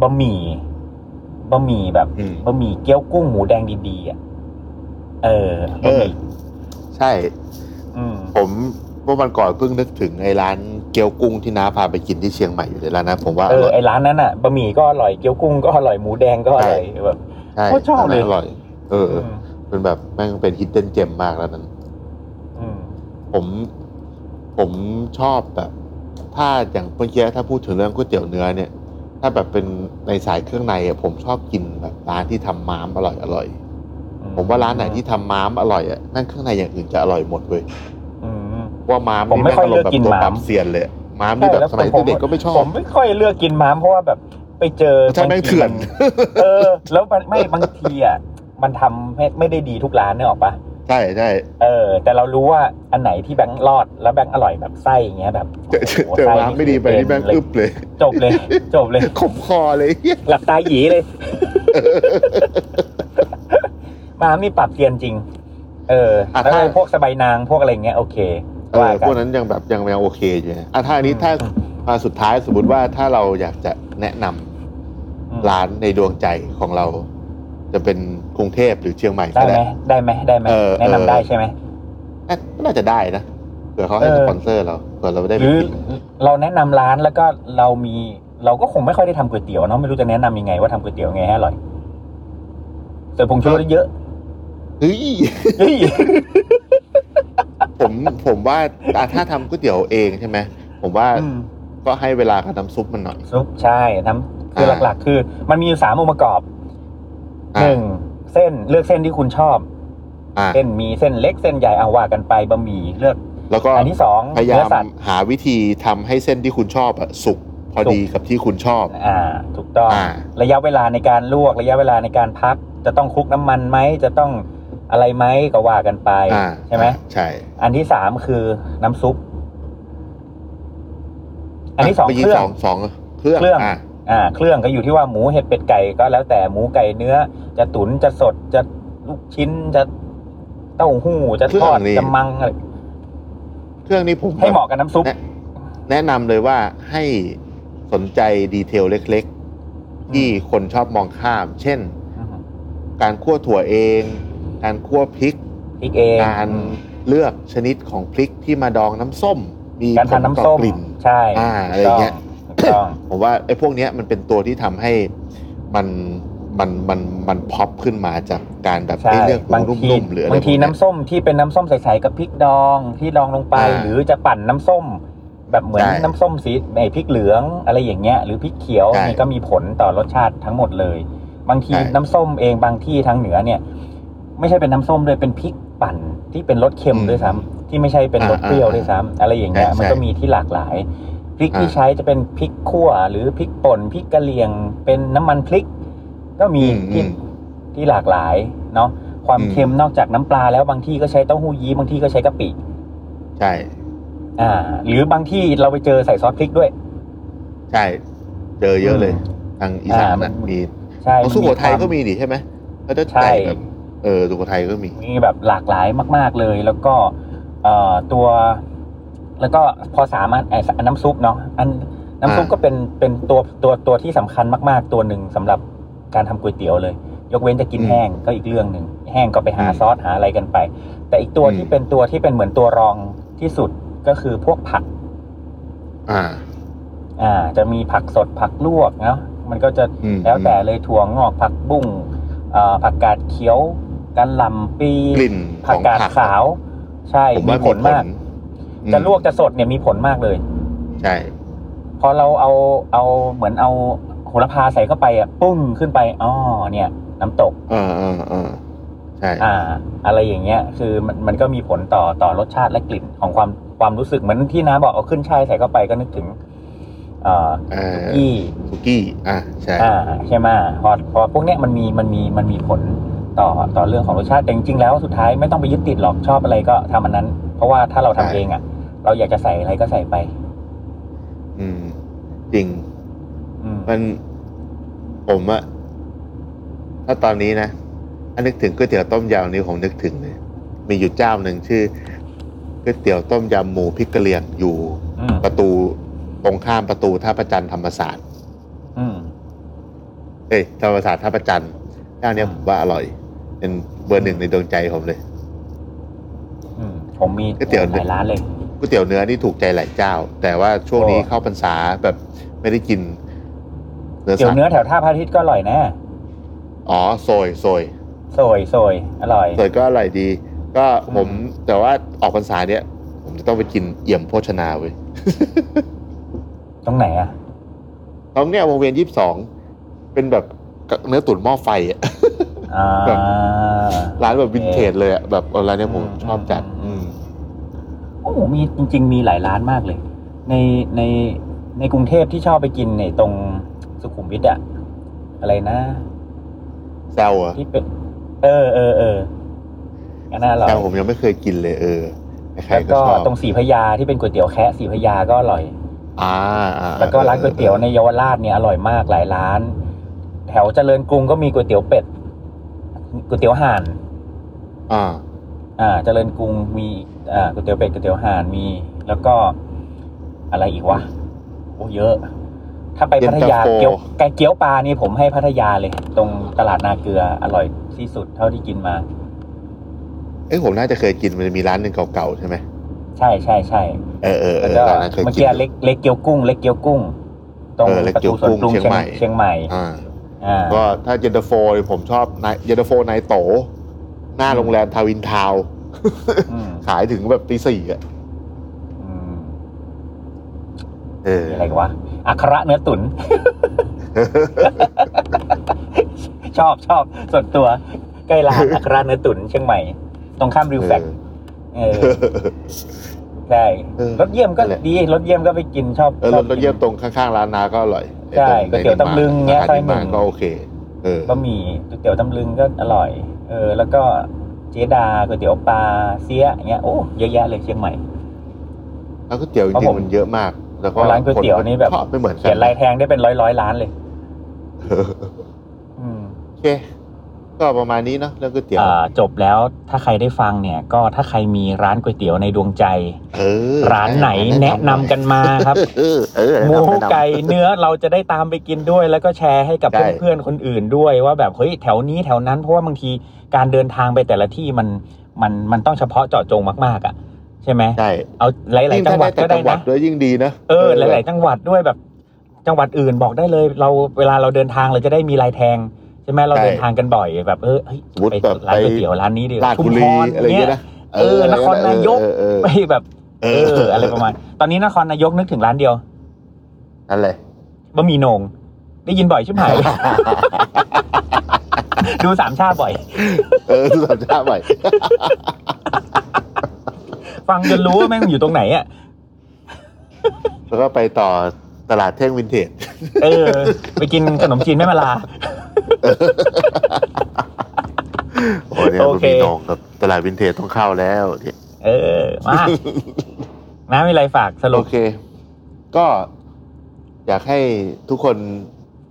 Speaker 3: บะหมี่บะหมี่แบบ
Speaker 2: อืม
Speaker 3: บะหมี่เกี๊ยวกุ้งหมูแดงดีๆอ่ะเออ
Speaker 2: เอบ
Speaker 3: ะห
Speaker 2: อ
Speaker 3: มี่
Speaker 2: ใช่
Speaker 3: อืม
Speaker 2: ผมเมื่อวันก่อนเพิ่งนึกถึงไอ้ร้านเกี๊ยวกุ้งที่น้าพาไปกินที่เชียงใหม่อยู่เลยร้านนะผมว่า
Speaker 3: เออ
Speaker 2: ร่ย
Speaker 3: ไอร้านนั้นอ่ะบะหมี่ก็อร่อยเกี๊ยวกุ้งก็อร่อยหมูแดงก็อร่อยแบบ
Speaker 2: ใช่
Speaker 3: โคตรชอบเลย
Speaker 2: ร้านนั้นอร่อย เออ
Speaker 3: อืม
Speaker 2: เป็นแบบแม่งเป็นฮิดเด้นเจมมากแล้วนั้น
Speaker 3: อืม
Speaker 2: ผมผมชอบแบบ ถ้าอย่างเมื่อกี้ถ้าพูดถึงเรื่องก๋วยเตี๋ยวเนื้อเนี่ย ถ้าแบบเป็นในสายเครื่องในอะผมชอบกินแบบร้านที่ทำม้ามอร่อยอร่อย ผมว่าร้านไหนที่ทำม้ามอร่อยอะนั่นเครื่องในอย่างอื่นจะอร่อยหมดเว้ย
Speaker 3: อืม
Speaker 2: ว่าม้าม
Speaker 3: ผมไม่
Speaker 2: นี่แม่ง
Speaker 3: ค่อย
Speaker 2: อารมณ์แบ
Speaker 3: เลือกกิ
Speaker 2: บ
Speaker 3: น
Speaker 2: ตัว
Speaker 3: ม้าม
Speaker 2: ปรับเซียนเลยม้ามนี่แบบสมัยเด็กๆก็ไม่ชอบ
Speaker 3: ผมไม่ค่อยเลือกกินม้ามเพราะว่าแบบไปเจอ
Speaker 2: ใช่แม่งเถื่อน
Speaker 3: บางทีมันเออ แล้วมันไม่บางทีอ่ะมันทำไม่ไม่ได้ดีทุกร้านเนกออกปะ
Speaker 2: ใช่ใช่
Speaker 3: เออ แต่เรารู้ว่าอันไหนที่แบงค์รอดแล้วแบงค์อร่อยแบบไส้อย่างเงี้ยแบบ
Speaker 2: เจอเจอ
Speaker 3: โโห
Speaker 2: เจอ
Speaker 3: ส้
Speaker 2: ร้านไม่ดีไปนี่แม่ง
Speaker 3: เลย
Speaker 2: อึบเลย
Speaker 3: จบเลย จบเลย
Speaker 2: ขมคอเลยเหี้ย
Speaker 3: หลับตาหยี เลย ม้ามนี่ปรับเปลี่ยนจริง เอออะ แล้วก็
Speaker 2: ถ้า
Speaker 3: พวกสบายนางพวกอะไรเงี้ยโอเค
Speaker 2: เอ
Speaker 3: ว่า
Speaker 2: อพ
Speaker 3: กั
Speaker 2: วก
Speaker 3: น
Speaker 2: นั้นยังแบบยังยังโอเคอยู่นะอ่ะถ้าอันนี้
Speaker 3: อืม
Speaker 2: ถ้ามาสุดท้ายสมมติว่าถ้าเราอยากจะแนะนำ
Speaker 3: อืม
Speaker 2: ร้านในดวงใจของเรา จะเป็นกรุงเทพหรือเชียงใหม่
Speaker 3: ได้
Speaker 2: ก็
Speaker 3: ไหม
Speaker 2: ได้
Speaker 3: ได้ไหมได้ไหม
Speaker 2: เออ
Speaker 3: แนะนำ
Speaker 2: เออ
Speaker 3: ได้ใช่ไหม
Speaker 2: น่าน่าจะได้นะเผื่อเขาให้
Speaker 3: เออ
Speaker 2: สปอนเซอร์เราเผื่อเราได้
Speaker 3: ห
Speaker 2: ไป
Speaker 3: รือ
Speaker 2: กิน
Speaker 3: เราแนะนำร้านแล้วก็เรามีเราก็คงไม่ค่อยได้ทำก๋วยเตี๋ยวเนาะไม่รู้จะแนะนำยังไงว่าทำก๋วยเตี๋ยวไงให้อร่อยเสริมผงชูรสเยอะ
Speaker 2: เฮ้ย
Speaker 3: เฮ้ย
Speaker 2: ผมผมว่าอ่ะถ้าทำก๋วยเตี๋ยวเองใช่ไหมผมว่า
Speaker 3: อืม
Speaker 2: ก็ให้เวลากับน้ำซุปมันหน่อย
Speaker 3: ซุปใช่ทำคือ
Speaker 2: อ่า
Speaker 3: หลักๆ คือ มันมีอยู่สามองค์ประกอบ
Speaker 2: อ่ะ
Speaker 3: หนึ่งเส้นเลือกเส้นที่คุณชอบ
Speaker 2: อ่ะ
Speaker 3: เส้นมีเส้นเล็กเส้นใหญ่เอาว่ากันไปบะหมี่เลือก
Speaker 2: แล้วก็
Speaker 3: อันที่สอง
Speaker 2: พยายา
Speaker 3: เนื้อ
Speaker 2: ม
Speaker 3: สัตว์
Speaker 2: หาวิธีทำให้เส้นที่คุณชอบอะสุกพอ
Speaker 3: สุก
Speaker 2: ดีกับที่คุณชอบ
Speaker 3: อ่า ถูกต้อง
Speaker 2: อ่า
Speaker 3: ระยะเวลาในการลวกระยะเวลาในการพัก จะต้องคลุกน้ำมันไหมจะต้องอะไรไหมก็ว่ากันไป
Speaker 2: อ่า
Speaker 3: ใช่ไหม
Speaker 2: ใช่
Speaker 3: อันที่สามคือน้ำซุป อันที่สองเค
Speaker 2: เมื่
Speaker 3: รื่อ
Speaker 2: ส
Speaker 3: ง
Speaker 2: องสองเครื่อง
Speaker 3: เครื่อง
Speaker 2: อ่า
Speaker 3: อ่า เครื่องก็อยู่ที่ว่าหมูเห็ดเป็ดไก่ก็แล้วแต่หมูไก่เนื้อ จะตุ๋นจะสดจะลูกชิ้นจะเต้าหู้จะทอดจะมังอะไร
Speaker 2: เครื่องนี้ผม
Speaker 3: ให้เหมาะกับน้ำซุป
Speaker 2: แนะแนะนำเลยว่าให้สนใจดีเทลเล็ก ๆ ที่คนชอบมองข้าม เช่น การคั่วถั่วเอง การคั่วพริก
Speaker 3: อีกเอง
Speaker 2: การเลือกชนิดของพริกที่มาดองน้ำส้ม มี
Speaker 3: การทาน
Speaker 2: ผลต่
Speaker 3: น้ำ
Speaker 2: อ
Speaker 3: ส้ม
Speaker 2: กลิ่น
Speaker 3: ใช่
Speaker 2: อ่าอะไรอย่างเงี้ย
Speaker 3: ถูกต้อง
Speaker 2: ผมว่าไอ้พวกเนี้ยมันเป็นตัวที่ทำให้มันมันมันมันพ็อปขึ้นมาจากการแบบ
Speaker 3: ใช่
Speaker 2: ได้เลือกห
Speaker 3: บาง
Speaker 2: มู
Speaker 3: ที
Speaker 2: นุ่มๆหรืออะไร
Speaker 3: บางที
Speaker 2: พวกเย
Speaker 3: น้ำส้มที่เป็นน้ำส้มใสๆกับพริกดองที่ดองลงไป
Speaker 2: อ่า
Speaker 3: หรือจะปั่นน้ำส้ม แบบเหมือน
Speaker 2: ใช่
Speaker 3: น้ำส้มสีไอพริกเหลืองอะไรอย่างเงี้ยหรือพริกเขียว
Speaker 2: ใช่
Speaker 3: นี่ก็มีผลต่อรสชาติทั้งหมดเลย บางที
Speaker 2: ใช่
Speaker 3: น้ำส้มเองบางที่ทางเหนือเนี่ย ไม่ใช่เป็นน้ำส้มเลยเป็นพริกปั่นที่เป็นรสเค็มด้วยซ้ำที่ไม่ใช่เป็นรสเปรี้ยวด้วยซ้ำอะไรอย่างเงี้ย
Speaker 2: ใช่ใช่
Speaker 3: มันก็มีที่หลากหลาย พริกที่
Speaker 2: อ่า
Speaker 3: ใช้จะเป็นพริกขั่วหรือพริกป่นพริกกะเหรี่ยง เป็นน้ำมันพริก ก็มี
Speaker 2: อืม
Speaker 3: ที่
Speaker 2: อืม
Speaker 3: ที่หลากหลายเนาะความ
Speaker 2: อืม
Speaker 3: เค็มนอกจากน้ำปลาแล้วบางที่ก็ใช้เต้าหู้ยี้บางที่ก็ใช้กะปิ
Speaker 2: ใช่
Speaker 3: อ่า หรือบางที่เราไปเจอใส่ซอสพริกด้วย
Speaker 2: ใช่ เจอเยอะเลย ทางอีสาน
Speaker 3: อ่ามั
Speaker 2: นะ
Speaker 3: น
Speaker 2: มี
Speaker 3: ใช่
Speaker 2: ของสุโขทัย
Speaker 3: มันมีความ
Speaker 2: ก็มีดิใช่ไหมก็จะ
Speaker 3: ใช่
Speaker 2: ใส่แบบเออสุโขทัยก็มี
Speaker 3: มีแบบหลากหลายมาก ๆเลย แล้วก็เอ่อตัว แล้วก็พอสามารถไอ้สน้ำซุปเนาะอันน้ำซุป
Speaker 2: อ่า
Speaker 3: ก็เป็นเป็นตัวตัวตัวที่สำคัญมาก ๆ ตัวหนึ่งสำหรับการทำก๋วยเตี๋ยวเลย ยกเว้นจะกินแห้งก็อีกเรื่องหนึ่งแห้งก็ไปหาซอสหาอะไรกันไป แต่อีกตัวที่เป็นตัวที่เป็นเหมือนตัวรองที่สุดก็คือพวกผัก
Speaker 2: อ่า
Speaker 3: อ่า จะมีผักสดผักลวกเนาะมันก็จะ
Speaker 2: อืม
Speaker 3: แล้วแต่เลยถั่วงอกผักบุ้งเอ่อผักกาดเขียวกันหล่ำปี
Speaker 2: กลิ่น
Speaker 3: ผั
Speaker 2: ข
Speaker 3: ก
Speaker 2: อง
Speaker 3: กาด
Speaker 2: ผัก
Speaker 3: ขาว ใช่
Speaker 2: ผม
Speaker 3: มี
Speaker 2: ว่า
Speaker 3: ผ
Speaker 2: มี
Speaker 3: ล
Speaker 2: ผล
Speaker 3: มาก
Speaker 2: อืม
Speaker 3: จะลวกจะสดเนี่ยมีผลมากเลย
Speaker 2: ใช่
Speaker 3: พอเราเอาเอาเหมือนเอาโห โหระพาใส่เข้าไปอ่ะปุ้งขึ้นไปอ๋อเนี่ย น้ำตก
Speaker 2: เออเออเออใช่
Speaker 3: อ่า อะไรอย่างเงี้ย คือมันมันก็มีผลต่อต่อรสชาติและกลิ่นของความความรู้สึกเหมือนที่น้าบอกเอาขึ้นช่ายใส่เข้าไปก็นึกถึง เอ่อ
Speaker 2: เออ
Speaker 3: ที่
Speaker 2: สุกี้อ่ะใช่
Speaker 3: อ่าใช่ไหมะพอพอพวกเนี้ยมันมีมันมีมันมีผลต่อต่อเรื่องของรสชาติแต่จริงๆแล้วสุดท้ายไม่ต้องไปยึดติดหรอกชอบอะไรก็ทำอันนั้น เพราะว่าถ้าเราทำ
Speaker 2: ใช่
Speaker 3: เองอ่ะ เราอยากจะใส่อะไรก็ใส่ไป
Speaker 2: อืม จริง
Speaker 3: อืม
Speaker 2: มันผมอะถ้าตอนนี้นะอันนึกถึงก๋วยเตี๋ยวต้มยำนี่ผมนึกถึงเลยมีอยู่เจ้าหนึ่งชื่อก๋วยเตี๋ยวต้มยำหมูพริกกะเหรี่ยงอยู่
Speaker 3: อืม
Speaker 2: ประตูตรงข้ามประตูท่าประจันธรรมศาสตร์
Speaker 3: อืม
Speaker 2: เอ้ยธรรมศาสตร์ท่าประจันเจ้าเนี้ย
Speaker 3: อืม
Speaker 2: ผมว่าอร่อย เป็นเบอร์หนึ่งในดวงใจผมเลย
Speaker 3: อืมผมมี
Speaker 2: ก๋วยเตี๋ยว
Speaker 3: หลายร้านเลย
Speaker 2: ก๋วยเตี๋ยวเนื้อนี่ถูกใจหลายเจ้า แต่ว่าช่วงนี้
Speaker 3: โอ้
Speaker 2: เข้าพรรษาแบบไม่ได้กินเนื้อ
Speaker 3: เตี๋ย
Speaker 2: สั
Speaker 3: ว
Speaker 2: ตว์
Speaker 3: เนื้อแถวท่าพระอาทิตย์ก็อร่อยแน่
Speaker 2: อ๋อโซยโซย
Speaker 3: โซยโซยอร่อย
Speaker 2: สวยก็อร่อยดี ก็ผม
Speaker 3: อืม
Speaker 2: แต่ว่าออกพรรษาเนี้ยผมจะต้องไปกินเอี่ยมโภชนาเว้ย
Speaker 3: ตรงไหนอ่ะ
Speaker 2: ตรงเนี้ยวงเวียนยี่สิบสองเป็นแบบเนื้อตุ๋นหม้อไฟอะ
Speaker 3: อ่า
Speaker 2: แบบ ร้านแบบวินเทจเลยอะแบบร้านเนี้ยผม
Speaker 3: อืม
Speaker 2: ชอบจัด
Speaker 3: อื
Speaker 2: อื
Speaker 3: ม
Speaker 2: ม
Speaker 3: โอ้โหมีจริง ๆ มีหลายร้านมากเลย ในในในกรุงเทพที่ชอบไปกินในตรงสุขุมวิทอะอะไรนะ
Speaker 2: แซวอะ
Speaker 3: ที่เป็นเออเออเอออันน่าอร่อย
Speaker 2: แซวผมยังไม่เคยกินเลย เออใคร
Speaker 3: แล้ว
Speaker 2: ๆก็
Speaker 3: ก็
Speaker 2: ชอบ
Speaker 3: ตรงสีพระยาที่เป็นก๋วยเตี๋ยวแคะสีพระยาก็อร่อย
Speaker 2: อ่าอ่า
Speaker 3: แล้วก็ร้านก๋วยเตี๋ยวในเยาวราชเนี่ยอร่อยมากหลายร้าน แถวเจริญกรุงก็มีก๋วยเตี๋ยวเป็ดก๋วยเตี๋ยวห่าน
Speaker 2: อ่า
Speaker 3: อ่าเจริญกรุงมีอ่าก๋วยเตี๋ยวเป็ดก๋วยเตี๋ยวห่านมี แล้วก็อะไรอีกวะโอ้เยอะ ถ้าไปพัทยา
Speaker 2: เย็นตาโฟ
Speaker 3: เกี๊ยวไก่เกี๊ยวปลานี่ผมให้พัทยาเลย ตรงตลาดนาเกลืออร่อยที่สุดเท่าที่กินมา
Speaker 2: เอ้ยผมน่าจะเคยกินมันจะมีร้านหนึ่งเก่าๆใช่ไหม
Speaker 3: ใช่ใช่ใช่
Speaker 2: เออเออเอ
Speaker 3: แล้ว
Speaker 2: อ
Speaker 3: ก็
Speaker 2: ร้านนั้นเคย
Speaker 3: เมื่อ
Speaker 2: กิน
Speaker 3: กี้เล็กเล็กเกี๊ยวกุ้ง เล็กเกี๊ยวกุ้ง ตรง
Speaker 2: เออเล็ก
Speaker 3: ประ
Speaker 2: เกี๊ย
Speaker 3: ตูส
Speaker 2: ว
Speaker 3: วนก
Speaker 2: กุ้ง
Speaker 3: รุง
Speaker 2: เชียงใหม่
Speaker 3: เชียงใหม่
Speaker 2: อ่า
Speaker 3: อ่า
Speaker 2: ก็ถ้าเย็นตาโฟผมชอบนายเย็นตาโฟนายโต หน้า
Speaker 3: อืม
Speaker 2: โรงแรมทาวินทาวน์
Speaker 3: อืม
Speaker 2: ขายถึงแบบตีสี่อ่ะ
Speaker 3: อืม
Speaker 2: เออ
Speaker 3: มีอะไรวะอัคระเนื้อ ตุ๋น ชอบชอบส่วนตัวใกล้ ร้าน อัคราเนื้อตุ๋นเชียงใหม่ ตรงข้ามริวแฟกต์เออใช่
Speaker 2: เออ
Speaker 3: รถเยี่ยมก็
Speaker 2: นั่นแหละ
Speaker 3: ดีรถเยี่ยมก็ไปกินชอบ
Speaker 2: เออ
Speaker 3: ช
Speaker 2: ร
Speaker 3: อบกิ
Speaker 2: ถ
Speaker 3: น
Speaker 2: รถเยี่ยมตรงข้างๆร้านนาก็อร่อย
Speaker 3: ใช่
Speaker 2: ไอ้
Speaker 3: ก๋วยเตี๋ยวตำลึงเงี้ย
Speaker 2: ในิ
Speaker 3: ซอยห
Speaker 2: มาน
Speaker 3: นึ่ง
Speaker 2: ก็โอเค เออ
Speaker 3: ก็มีก๋วยเตี๋ยวตำลึงก็อร่อย เออ แล้วก็เจดาก๋วยเตี๋ยวปลาเสียอย่างเงี้ยโอ้เยอะแยะเลยเชียงใหม่
Speaker 2: แล้วก๋วยเตี๋ยวจ
Speaker 3: เพราะ
Speaker 2: ริ
Speaker 3: ผ
Speaker 2: ง
Speaker 3: ม
Speaker 2: ๆมันเยอะมาก แล้วก็
Speaker 3: ร้านก๋วยเตี๋ยวนี่แบบ
Speaker 2: ชอบไม่เหมือนกั
Speaker 3: เขียนลายแทงได้เป็นร้อยร้อยๆล้าน เลย
Speaker 2: เออ
Speaker 3: อืม
Speaker 2: โอเค ก็ประมาณนี้เนาะเรื่องก๋วยเตี๋ยว
Speaker 3: อ่าจบแล้วถ้าใครได้ฟังเนี่ย ก็ถ้าใครมีร้านก๋วยเตี๋ยวในดวงใจ
Speaker 2: เออ
Speaker 3: ร้านไหนแนะนำกันมาครับ
Speaker 2: เออเออ
Speaker 3: ห
Speaker 2: แนะ
Speaker 3: มู
Speaker 2: นำแนะนำ
Speaker 3: ไก่เนื้อเราจะได้ตามไปกินด้วย แล้วก็แชร์ให้กับ
Speaker 2: ใช่
Speaker 3: เพื่อนๆคนอื่นด้วยว่าแบบเฮ้ยแถวนี้แถวนั้นเพราะว่าบางทีการเดินทางไปแต่ละที่มันมันมันต้องเฉพาะเจาะจงมากๆอ่ะ ใช่ไหม
Speaker 2: ใช่
Speaker 3: เอาหลาย ๆ จังหวัดก็
Speaker 2: ยิ่ถ้าแต่
Speaker 3: ได้
Speaker 2: จังหวัด
Speaker 3: นะ
Speaker 2: ด้วยยิ่งดีนะ
Speaker 3: เออหลาย ๆ จังหวัดด้วยแบบ จังหวัดอื่นบอกได้เลย เราเวลาเราเดินทางเราจะได้มีลายแทงใช่ไหมเราเดินทางกันบ่อยแบบเออเฮ้ย
Speaker 2: สมมติ
Speaker 3: ไป
Speaker 2: แบบ
Speaker 3: ร้าน
Speaker 2: ไป
Speaker 3: ก๋วยเตี๋ยวร้านนี้ดีกว่า
Speaker 2: ราชบุรี
Speaker 3: ชุมพ
Speaker 2: อะไรอย่างเงี้ยนะ
Speaker 3: เออนครนายก
Speaker 2: เออเออ
Speaker 3: ไป
Speaker 2: เออ
Speaker 3: แบบเอออะไรประมาณ ตอนนี้นครนายกนึกถึงร้านเดียว
Speaker 2: นั่นแหละ
Speaker 3: บะหมี่โหนง ได้ยินบ่อยชิบหาย เลย ดูสามชาติบ่อย
Speaker 2: เออสัมชาติใหม่
Speaker 3: ฟังจนรู้ว่าแม่งอยู่ตรงไหนอ่ะ
Speaker 2: แล้วก็ไปต่อตลาดเท่งวินเทจ
Speaker 3: เออ ไปกินขนมจีนแม่มาลา
Speaker 2: โอ้ยเนี่ย
Speaker 3: โอ
Speaker 2: มัน
Speaker 3: เค
Speaker 2: มีหนองกับตลาดวินเทจต้องเข้าแล้วเนี่ย
Speaker 3: เออ มาน้ามีอะไรฝากสรุ
Speaker 2: โอ
Speaker 3: ป
Speaker 2: เค ก็อยากให้ทุกคน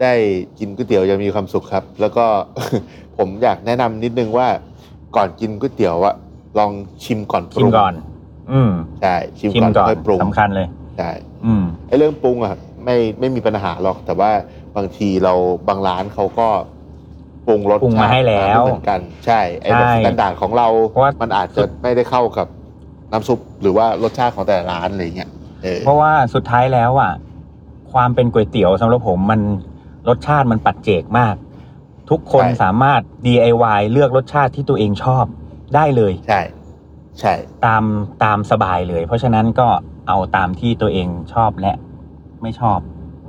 Speaker 2: ได้กินก๋วยเตี๋ยวอยังมีความสุขครับ แล้วก็ ผมอยากแนะนำนิดนึงว่าก่อนกินก๋วยเตี๋ยวอะลองชิมก่อนป
Speaker 3: ชิ
Speaker 2: รุ
Speaker 3: ม
Speaker 2: ง
Speaker 3: ก่อน อืม
Speaker 2: ใช่ชิม
Speaker 3: ชิม
Speaker 2: ก่อน
Speaker 3: ก่อน
Speaker 2: ค่อยปรุง
Speaker 3: สำคัญเลย
Speaker 2: ใช่
Speaker 3: อืม
Speaker 2: ไอ้เรื่องปรุงอะไม่ไม่มีปัญหาหรอก แต่ว่าบางทีเราบางร้านเขาก็ปรุงรส
Speaker 3: ปรุงมาให้แล้ว
Speaker 2: ไม่เหมือนกัน ใช่ไอ้แบบ
Speaker 3: ใช่
Speaker 2: สแตนดาร์ดของเรา
Speaker 3: เพราะว่ามั
Speaker 2: มันอาจจะไม่ได้เข้ากับน้ำซุปหรือว่ารสชาติของแต่ละร้านอะไรเงี้ยเออ
Speaker 3: เพราะว่าสุดท้ายแล้วอ่ะ ความเป็นก๋วยเตี๋ยวสำหรับผมมันรสชาติมันปัจเจกมาก ทุกคน
Speaker 2: ใช่
Speaker 3: สามารถ DIY เลือกรสชาติที่ตัวเองชอบได้เลย
Speaker 2: ใช่ ใช่
Speaker 3: ตามตามสบายเลย เพราะฉะนั้นก็เอาตามที่ตัวเองชอบและไม่ชอบ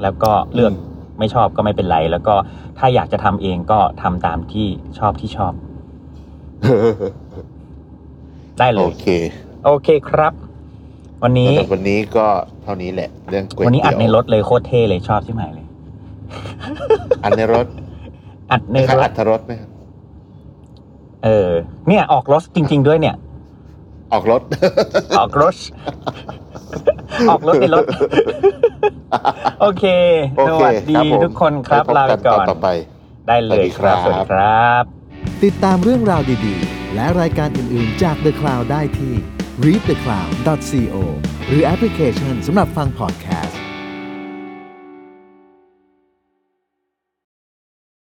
Speaker 3: แล้วก็เลือก
Speaker 2: อืม
Speaker 3: ไม่ชอบก็ไม่เป็นไร แล้วก็ถ้าอยากจะทำเองก็ทำตามที่ชอบที่ช อบได้เล
Speaker 2: โอย เค
Speaker 3: โอเคครับ วันนี้
Speaker 2: แต่วันนี้ก็เท่านี้แหละ เรื่องก๋วย
Speaker 3: วันนี้อัด
Speaker 2: เตี๋ยว
Speaker 3: ในรถเลยโคตรเท่เลยชอบใช่ไหมเลย
Speaker 2: อัดในรถ
Speaker 3: อัดใน
Speaker 2: ค่าร อั
Speaker 3: ถ
Speaker 2: ดรถไหมครับ
Speaker 3: เออ เนี่ยออกรถจริง ๆ ด้วยเนี่ย
Speaker 2: ออกรถ
Speaker 3: ออกรถ ออกรถในรถ โอเค
Speaker 2: โอ
Speaker 3: ส
Speaker 2: เค
Speaker 3: วัสดี
Speaker 2: รับผม
Speaker 3: ทุกคนครับ
Speaker 2: ไว้
Speaker 3: ลา
Speaker 2: พ
Speaker 3: ไป
Speaker 2: น
Speaker 3: ก่อ
Speaker 2: ต
Speaker 3: น
Speaker 2: ต่อไป
Speaker 3: ได้เลยครับส
Speaker 2: สวั
Speaker 3: วัส
Speaker 2: ส
Speaker 3: ดี
Speaker 2: ดี
Speaker 3: ค
Speaker 2: ครั
Speaker 3: รับ
Speaker 1: ติดตามเรื่องราวดีๆ และรายการอื่นๆจาก The Cloud ได้ที่ readthecloud.co หรือแอปพลิเคชันสำหรับฟังพอดแคสต์